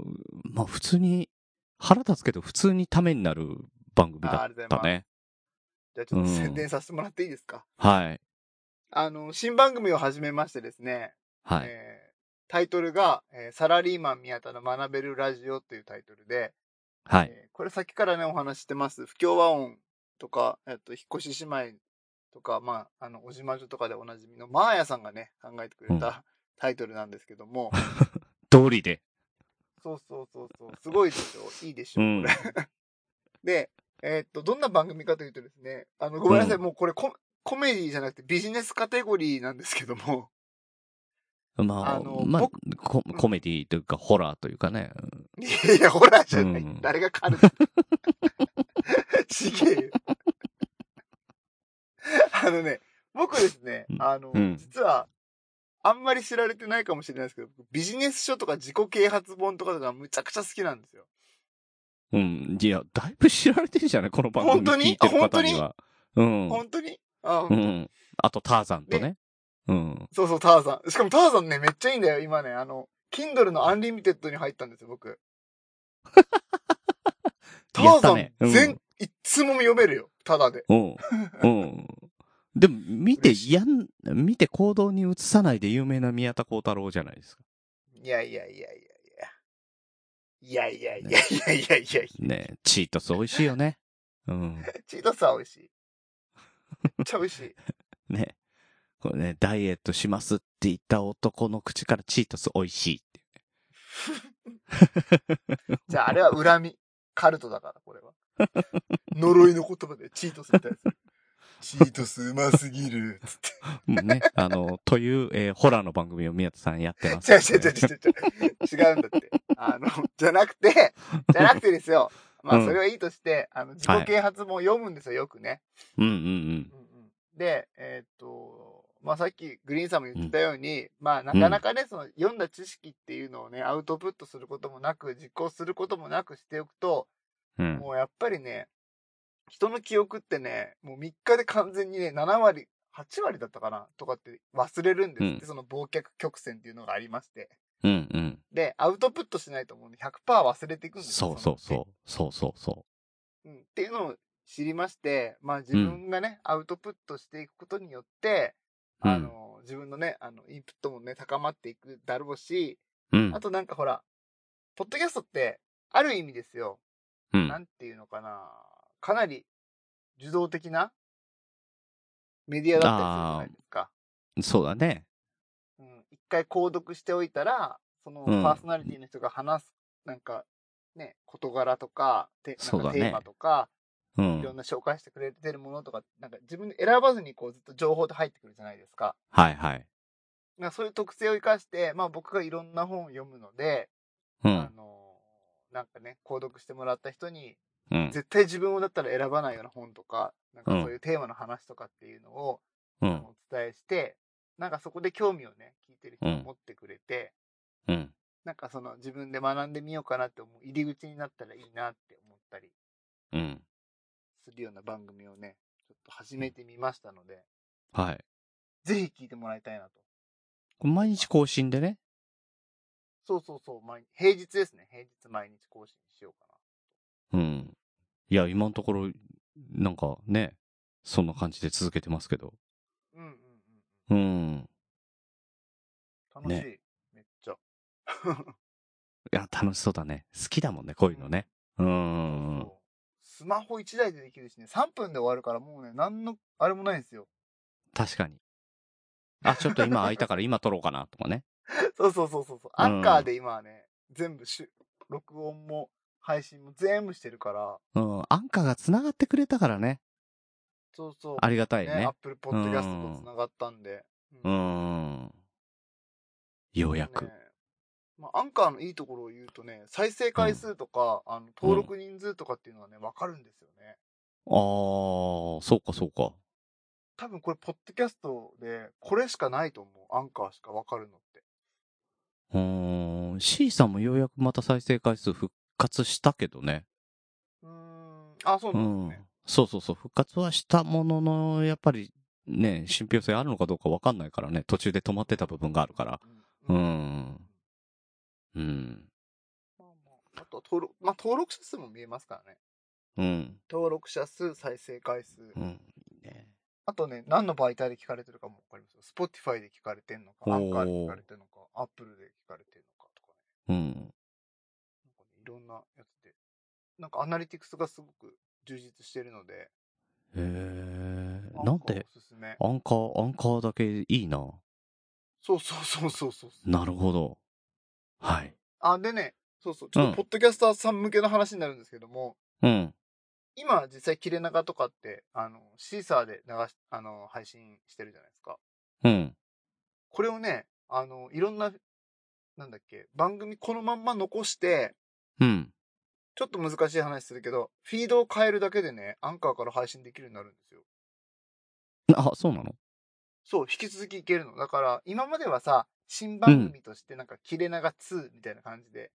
S3: まあ、普通に、腹立つけど、普通にためになる番組
S4: あーあ
S3: だ
S4: りが
S3: っ
S4: と
S3: た
S4: うござい
S3: ね。
S4: じゃあちょっと
S3: うん
S4: 宣伝させてもらっていいですか。
S3: はい。
S4: あの、新番組を始めましてですね、
S3: はい。
S4: えータイトルが、えーサラリーマン宮田の学べるラジオというタイトルで、
S3: はい。
S4: えーこれさっきからね、お話ししてます、不協和音とか、えっと、引っ越し姉妹とか、まあ、あの、おじまじょとかでおなじみのマーヤさんがね、考えてくれた、
S3: うん
S4: タイトルなんですけど も、
S3: 通りで。
S4: そうそうそうそう、すごいでしょ、いいでしょ、
S3: う
S4: これ。
S3: ん。
S4: で、えーっと、どんな番組かというとですね、あの、ごめんなさい、
S3: うん
S4: もうこれココメディじゃなくてビジネスカテゴリーなんですけども、
S3: ま
S4: あ
S3: あ、
S4: の
S3: まあ
S4: 僕
S3: コ、コメディというか、ホラーというかね。
S4: いやいや、ホラーじゃない。
S3: うん
S4: 誰がカル トちげえよ。あのね、僕ですね
S3: う、ん
S4: あの、
S3: うん
S4: 実は、あんまり知られてないかもしれないですけど、ビジネス書とか自己啓発本とかがむちゃくちゃ好きなんですよ。
S3: うん。いや、だいぶ知られてるじゃないこの番
S4: 本
S3: 組
S4: 当に
S3: 聞いてる方には。うん。
S4: 本当にあ、
S3: うん。あと、ターザンとね。うん。
S4: そうそう、ターザン。しかもターザンね、めっちゃいいんだよ、今ね。あの、Kindle のアンリミテッドに入ったんですよ、僕。タ
S3: や
S4: ー
S3: っ
S4: ザ
S3: た
S4: ン、
S3: ねうん
S4: 全、いっつも読めるよ、タダで。
S3: うん。うん。でも、見て、やん、見て行動に移さないで有名な宮田幸太郎じゃないですか。
S4: いやいやいやいやいや。いやいやいやいやいやいやいや。
S3: ねチートス美味しいよ ね。うん。
S4: チートスは美味しい。めっちゃ美味しい。
S3: ね。これね、ダイエットしますって言った男の口からチートス美味しいって。
S4: じゃあ、あれは恨み。カルトだから、これは。呪いの言葉で、チートスみたいです。チートスうますぎる。つって。
S3: うん ね。あの、という、えーホラーの番組を宮田さんやってます、
S4: 違う違う違う違う違う。違うんだって。あの、じゃなくて、じゃなくてですよ。まあ、
S3: うん
S4: それはいいとして、あの、自己啓発本を読むんですよ、よくね。
S3: うんうん
S4: うんうん、で、えーっと、まあ、さっきグリーンさんも言ってたように、まあ、なかなかね、その、読んだ知識っていうのをね、アウトプットすることもなく、実行することもなくしておくと、
S3: うん。うん。
S4: もうやっぱりね、人の記憶ってね、もう3日で完全にね、7割、8割だったかなとかって忘れるんですって、
S3: う
S4: その忘却曲線っていうのがありまして。
S3: うんうん。
S4: で、アウトプットしないともうね100%忘れていくんです
S3: そうそう
S4: の
S3: そう。そうそうそ
S4: うんっていうのを知りまして、まあ自分がね、アウトプットしていくことによって、
S3: うん
S4: あの、自分のね、あの、インプットもね、高まっていくだろうし、
S3: う。うん
S4: あ。となんかほら、ポッドキャストって、ある意味ですよ、
S3: うん
S4: な。んていうのかな、かなり受動的なメディアだったりするじゃないですか。
S3: そうだね。
S4: うん一回購読しておいたら、その
S3: うん
S4: パーソナリティの人が話す、なんか、ね、事柄とか、てな
S3: そ
S4: ん
S3: う
S4: か
S3: だ
S4: テ
S3: ね
S4: ーマとか、
S3: う
S4: いろん
S3: ん。
S4: な紹介してくれてるものとか、なんか自分で選ばずにこうずっと情報って入ってくるじゃないですか。
S3: はいはい。
S4: なんかそういう特性を生かして、まあ僕がいろんな本を読むので、
S3: う
S4: あ
S3: ん。
S4: の、なんかね、購読してもらった人に、
S3: うん。
S4: 絶対自分をだったら選ばないような本とか、なんかそういうテーマの話とかっていうのを、
S3: う
S4: あ
S3: ん
S4: の。お伝えして、なんかそこで興味をね、聞いてる人が持ってくれて、
S3: うん。
S4: なんかその自分で学んでみようかなって思う入り口になったらいいなって思ったり
S3: うん。
S4: するような番組をね、ちょっと始めてみましたので、
S3: はい。
S4: ぜひ聞いてもらいたいなと。
S3: 毎日更新でね。
S4: そうそうそう、毎平日ですね。平日毎日更新しようか
S3: うん。いや、今のところ、なんかね、そんな感じで続けてますけど。
S4: な。うんう
S3: うん。
S4: んうん。楽しい。
S3: ね
S4: めっちゃ。
S3: いや、楽しそうだね。好きだもんね、こういうのね。う
S4: そ
S3: ん。
S4: うスマホ1台でできるしね、3分で終わるからもうね、なんの、あれもないんですよ。
S3: 確かに。あ、ちょっと今空いたから今撮ろうかな、とかね。
S4: そうそうそうそうそう。アンカーで今はね、全部しゅ、録音も配信も全部してるから、
S3: うん。アンカーが繋がってくれたからね。
S4: そうそう。
S3: ありがたい
S4: ね、
S3: ね
S4: アッ。プルポッドキャストと繋がったんで。
S3: う
S4: うん
S3: ん。ようやく
S4: ね。まあ、アンカーのいいところを言うとね、再生回数とか、あの登録人数とかっていうのはね、わかるんですよね。
S3: あー、そうかそうか。
S4: 多分これ、ポッドキャストで、これしかないと思う。アンカーしかわかるのって。
S3: うーん。C さんもようやくまた再生回数復活したけどね。
S4: うーん。あ、そう
S3: う
S4: なん
S3: ん
S4: ですね。。
S3: そうそうそう。復活はしたものの、やっぱりね、信憑性あるのかどうかわかんないからね。途中で止まってた部分があるから。
S4: うん。
S3: うんうん。
S4: まあまあ、あとは登録、まあ、登録者数も見えますからね。
S3: うん。
S4: 登録者数、再生回数。
S3: うん。いいね
S4: あとね、何の媒体で聞かれてるかもわかりま Spotify で聞かれてんの
S3: お
S4: か、
S3: ー
S4: アンカーで聞かれてんのか、Apple で聞かれてんのかとかね。
S3: うん。
S4: なんかね、いろんなやつで。なんかアナリティクスがすごく充実してるので。
S3: へえ
S4: アンカー
S3: なんで、
S4: おすすめ。
S3: アンカー、アンカーだけいいな。
S4: そうそうそうそうそうそう。
S3: なるほど。はい。
S4: あ、でね、そうそう。ちょっ
S3: うん
S4: とポッドキャスターさん向けの話になるんですけども、
S3: うん。
S4: 今実際切れ長とかって、あの、シーサーで流し、あの、配信してるじゃないですか。
S3: うん。
S4: これをね、あの、いろんな、なんだっけ、番組このまんま残して、
S3: うん。
S4: ちょっと難しい話するけど、フィードを変えるだけでね、アンカーから配信できるようになるんですよ。
S3: あ、そうなの
S4: そう、引き続きいけるの。だから、今まではさ、新番組としてなんか、切れ長2みたいな感じで、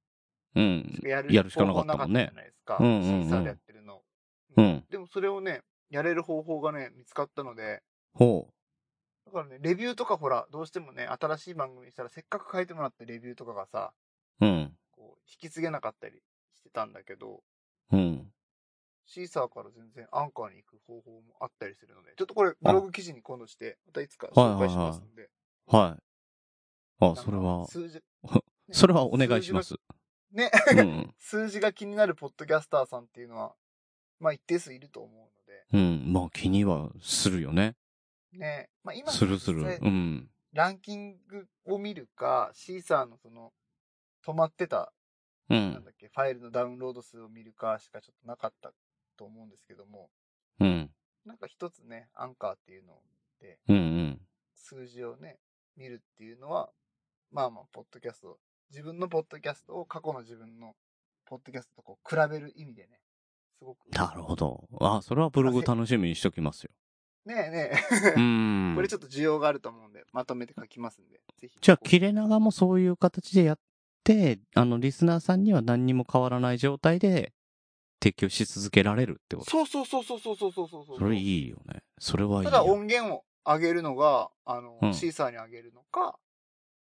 S3: うん。
S4: やる
S3: やるしかなかったもんね
S4: 方法なかったじゃないですか。
S3: うんうんうん
S4: 審査でやってるの。
S3: うん。
S4: でもそれをね、やれる方法がね、見つかったので、
S3: ほ
S4: だからね、レビューとかほら、どうしてもね、新しい番組にしたら、せっかく書いてもらったレビューとかがさ、
S3: う。うん。
S4: こう、引き継げなかったりしてたんだけど、
S3: うん。
S4: シーサーから全然アンカーに行く方法もあったりするので、ちょっとこれブログ記事に今度して、またいつか紹介しますんで。
S3: はい。あ、
S4: なんか
S3: それは、。
S4: 数字
S3: それはお願いします。
S4: ね
S3: うん。
S4: 数字が気になるポッドキャスターさんっていうのは、まあ一定数いると思うので、
S3: うん。まあ気にはするよね。
S4: ね。まあ今、
S3: するする。うん。
S4: ランキングを見るか、シーサーのその、止まってた、
S3: う
S4: なん
S3: ん。
S4: だっけ、ファイルのダウンロード数を見るかしかちょっとなかったと思うんですけども、
S3: うん。
S4: なんか一つね、アンカーっていうのをで、
S3: うん。うん。
S4: 数字をね、見るっていうのは、まあまあ、ポッドキャスト、自分のポッドキャストを過去の自分のポッドキャストとこう比べる意味でね、すごく。
S3: なるほど。あ、それはブログ楽しみにしときます よ。
S4: ねえね
S3: う
S4: え、
S3: ん。
S4: これちょっと需要があると思うんで、まとめて書きますんで、ぜひ。
S3: じゃあ、切れ長もそういう形でやって、あの、リスナーさんには何にも変わらない状態で提供し続けられるってこと。
S4: そうそうそうそうそうそうそうそうそう。
S3: それいいよね。それはいい
S4: た
S3: よ。
S4: だ音源を上げるのが、あの、
S3: うん
S4: シーサーに上げるのか、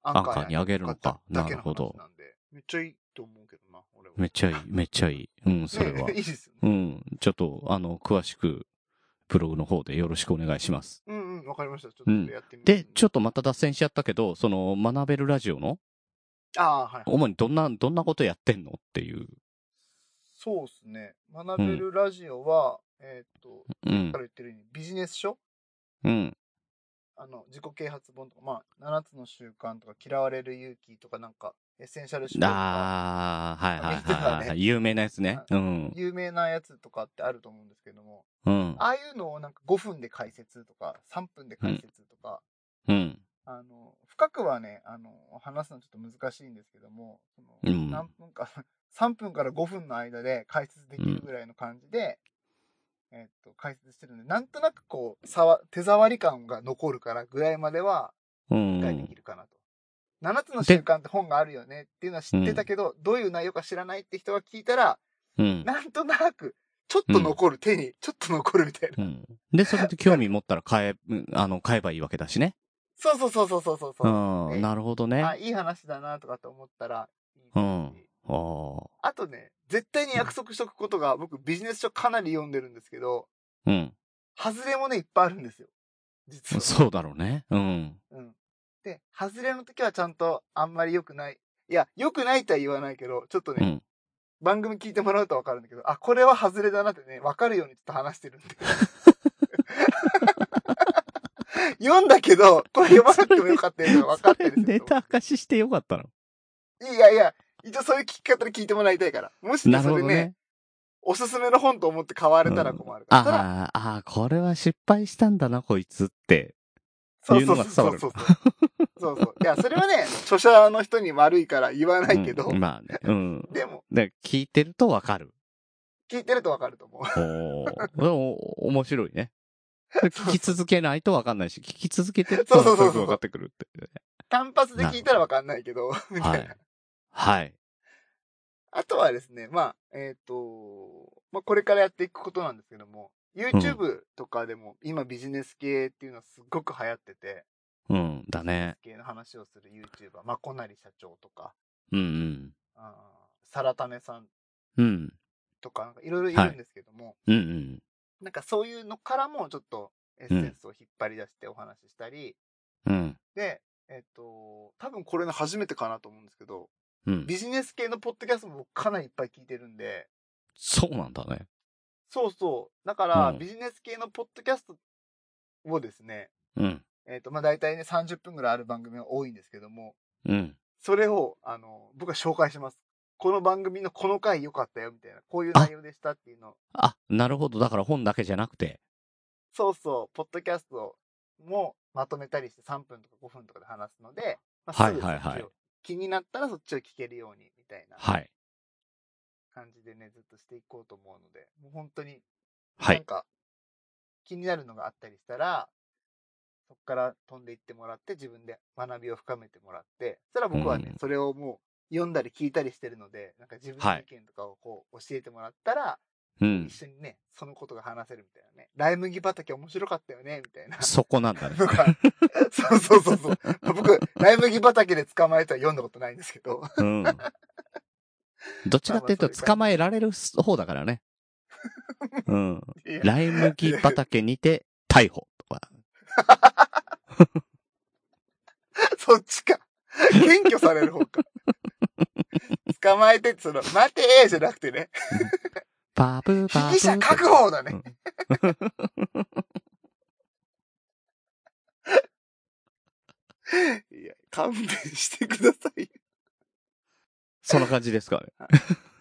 S3: アンカーに上げるのか
S4: アンカーに上げるのだ
S3: な
S4: け
S3: る
S4: の
S3: ほど
S4: 話なんで。めっちゃいいと思うけどな、俺は。
S3: めっちゃいい、めっちゃいい。うん、それは
S4: ね いい。ですよね。
S3: うん、ちょっと、あの、詳しく、ブログの方でよろしくお願いします。
S4: うんうん、わかりました。ちょっとやってみます、
S3: で、ちょっとまた脱線しちゃったけど、その、学べるラジオの、
S4: ああー、はい。
S3: 主にどんな、どんなことやってんのっていう。
S4: そうですね。学べるラジオは、えーっと、
S3: うん
S4: か、ら言ってるようにビジネス書
S3: うん、
S4: あの、自己啓発本とか、まあ、7つの習慣とか、嫌われる勇気とか、なんか、エッセンシャル思考とか、
S3: あー、はいはいはい、はい。有名なやつね。うん、
S4: 有名なやつとかってあると思うんですけども、
S3: うん、
S4: ああいうのをなんか5分で解説とか、3分で解説とか、
S3: うん、
S4: あの、深くはね、あの、話すのちょっと難しいんですけども、その
S3: うん
S4: 何分か、3分 から5分の間で解説できるぐらいの感じで、えっと、解説してるんで、なんとなくこう、さわ手触り感が残るからぐらいまでは
S3: う
S4: 理解でき
S3: ん。
S4: るかなと。7つの習慣って本があるよねっていうのは知ってたけど、どういう内容か知らないって人が聞いたら、
S3: うん。
S4: なんとなく、ちょっと残る、手に、ちょっと残るみたいな。
S3: うん。で、それで興味持ったら買え、うんあの、買えばいいわけだしね。
S4: そうそうそうそうそうそう
S3: う
S4: そう。
S3: ん。なるほどね。
S4: あ、いい話だなとかと思ったらいいですし、
S3: うん。ああ。
S4: あとね、絶対に約束しとくことが、僕ビジネス書かなり読んでるんですけど、
S3: うん。
S4: 外れもね、いっぱいあるんですよ。実は。
S3: そうだろうね。うん。
S4: うん。で、外れの時はちゃんとあんまり良くない。いや、良くないとは言わないけど、ちょっとね、
S3: うん
S4: 番組聞いてもらうとわかるんだけど、あ、これは外れだなってね、わかるようにちょっと話してるんで。 読んだけど、これ読まなくてもよかったよ分かったりすると思う
S3: ネタ明かししてよかったの。
S4: いやいや、一応そういう聞き方で聞いてもらいたいから。もしね、
S3: なる
S4: そ
S3: ほ
S4: れ
S3: ど
S4: ね
S3: ね、。
S4: おすすめの本と思って買われたら困るから。ただ
S3: ああ、ああ、これは失敗したんだな、こいつって。言うのが伝わる
S4: そうそうそう。そうそう。いや、それはね、著者の人に悪いから言わないけど、
S3: うんまあね。うん。
S4: でも、
S3: で聞いてるとわか る。
S4: 聞いてるとわかると思う。
S3: おーでも面白いね。聞き続けないとわかんないし、聞き続けてる
S4: そ
S3: と
S4: うそうそうそう
S3: すぐわかってくるっ
S4: 単発で聞いたらわかんないけど、み
S3: て。
S4: た
S3: はいい
S4: な。。
S3: はい。
S4: あとはですね、まあ、えっ、と、まあ、これからやっていくことなんですけども、YouTube とかでも、今ビジネス系っていうのはすっごく流行ってて、
S3: うん。だね。
S4: 系の話をする YouTuber、まあ、こなり社長とか、
S3: うん
S4: あーサラタネさん
S3: うん。うん。
S4: とか、なんかいろいろいるんですけども、
S3: うんうん。
S4: なんかそういうのからもちょっとエッセンスを引っ張り出してお話ししたり、
S3: うん。
S4: で、えっと、多分これの初めてかなと思うんですけど、
S3: うん。
S4: ビジネス系のポッドキャストも僕かなりいっぱい聞いてるんで、
S3: そうなんだね。
S4: そうそう。だから、
S3: うん
S4: ビジネス系のポッドキャストをですね、
S3: うん。
S4: えっと、まあ、大体ね、30分ぐらいある番組が多いんですけども、
S3: うん。
S4: それを、あの、僕は紹介します。この番組のこの回良かったよ、みたいな。こういう内容でしたっていうのを
S3: あ、なるほど。だから本だけじゃなくて。
S4: そうそう、ポッドキャストもまとめたりして3分とか5分とかで話すので、まあ、
S3: はい
S4: すぐそっちを
S3: はいはい
S4: 気になったらそっちを聞けるようにみたいな
S3: はい。
S4: 感じでね、ずっとしていこうと思うので、もう本当に、
S3: は
S4: なん
S3: い。
S4: か気になるのがあったりしたら、そこから飛んでいってもらって、自分で学びを深めてもらって、そしたら僕はね、
S3: うん
S4: それをもう読んだり聞いたりしてるので、なんか自分
S3: は
S4: の
S3: い
S4: 意見とかをこう教えてもらったら、
S3: うん
S4: 一。緒にね、そのことが話せるみたいなね。ライ麦畑面白かったよね、みたいな。
S3: そこなん だね。
S4: とか、そうそうそうそう。僕、ライ麦畑で捕まえたは読んだことないんですけど。
S3: うん。どっちかっていうと、
S4: まあまあそういう感じ
S3: 捕まえられる方だからね。うん。
S4: いや
S3: ライ麦畑にて逮捕とか。
S4: そっちか。検挙される方か。捕まえて、その、待てーじゃなくてね、
S3: パブ
S4: 被
S3: パブ。
S4: 疑者確保だね。いや、勘弁してください。
S3: そんな感じですかね。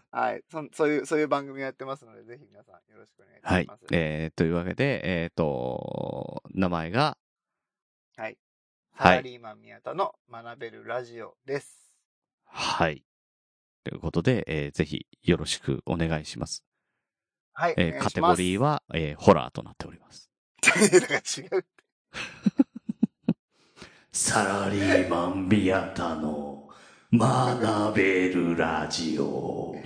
S4: はい。そんそういう、そういう番組やってますので、ぜひ皆さんよろしくお願
S3: はい
S4: し
S3: い
S4: ます。。
S3: えー、というわけで、えっ、と、名前が、
S4: はい。
S3: は
S4: サ
S3: い
S4: ラリーマン宮田の学べるラジオです。
S3: はい。ということで、えーぜひよろしくお願いします。
S4: はい。
S3: えーカテゴリー
S4: は。
S3: は、えーホラーとなっております。
S4: だから違う。
S3: サラリーマンビアタの学べるラジオ。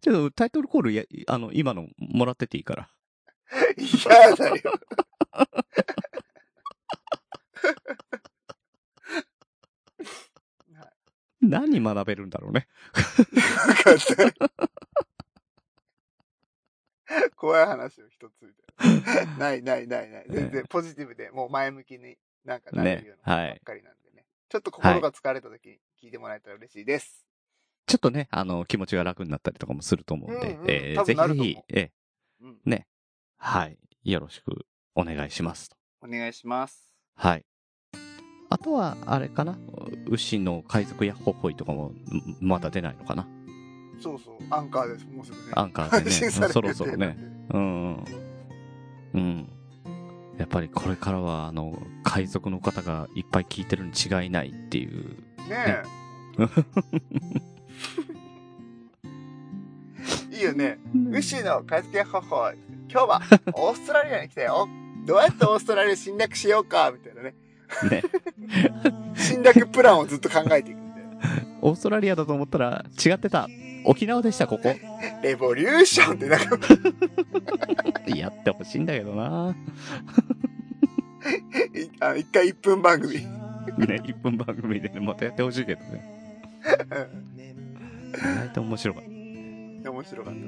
S3: ちょっとタイトルコールや、あの、今のもらってていいから。
S4: 嫌だよ。
S3: 何学べるんだろうね。
S4: なかった。怖い話を一つみたいな。ないないな いない。全然ポジティブで、もう前向きになんかなれるようなことばっかりなんでね。ちょっと心が疲れた時に聞いてもらえたら嬉しいです。
S3: ちょっとね、あの、気持ちが楽になったりとかもすると思うんで、
S4: うんうん
S3: えー
S4: 多
S3: ぜひ
S4: 分な
S3: ぜ
S4: ると思う
S3: ひ、えー
S4: うん。
S3: はい、よろしくお願いします。
S4: お願いします。
S3: はい。あとは、あれかな牛の海賊やほほいとかも、んまだ出ないのかな
S4: そうそう、アンカーです。もうすぐね。
S3: アンカーでね、
S4: 配信され
S3: そ
S4: て
S3: ろ
S4: て
S3: そろね。。うんうん。うん。やっぱりこれからは、あの、海賊の方がいっぱい聞いてるに違いないっていう。
S4: ね え。いいよね。ウッシーの解析方法今日はオーストラリアに来たよどうやってオーストラリア侵略しようかみたいなね
S3: ね。
S4: 侵略プランをずっと考えていくみたいな
S3: オーストラリアだと思ったら、違ってた。沖縄でした、ここ。
S4: レボリューションってなんか
S3: やってほしいんだけどな。
S4: いあの一回1分番組
S3: ね、1分番組でね、またやってほしいけどね。意外と面白かった。
S4: 面白かっ
S3: はい。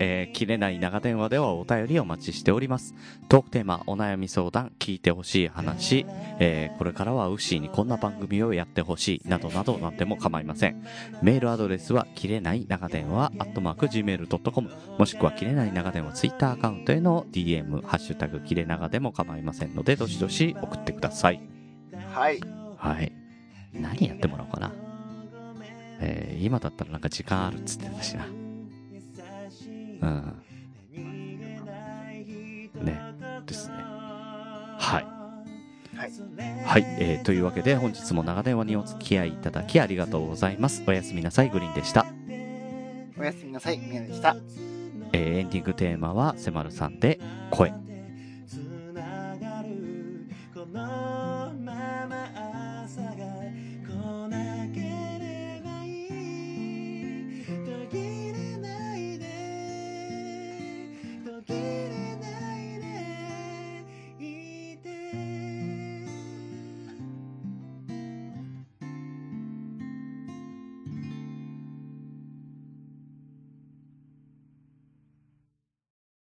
S3: えー切れない長電話ではお便りお待ちしております。トークテーマ、お悩み相談、聞いてほしい話、えーこれからはウッシーにこんな番組をやってほしい、などなどなんでも構いません。メールアドレスは、切れない長電話、アットマーク、gmail.com、もしくは切れない長電話、ツイッターアカウントへの DM、ハッシュタグ、切れ長でも構いませんので、どしどし送ってください。
S4: たはい
S3: はい。何やってもらおうかな。えー今だったらなんか時間あるっつってたしな。うん。ね。ですね。はい。
S4: はい。
S3: はい。えーというわけで本日も長電話にお付き合いいただきありがとうございます。おやすみなさい、グリーンでした。
S4: おやすみなさい宮でした
S3: えーエンディングテーマは、せまるさんで、声。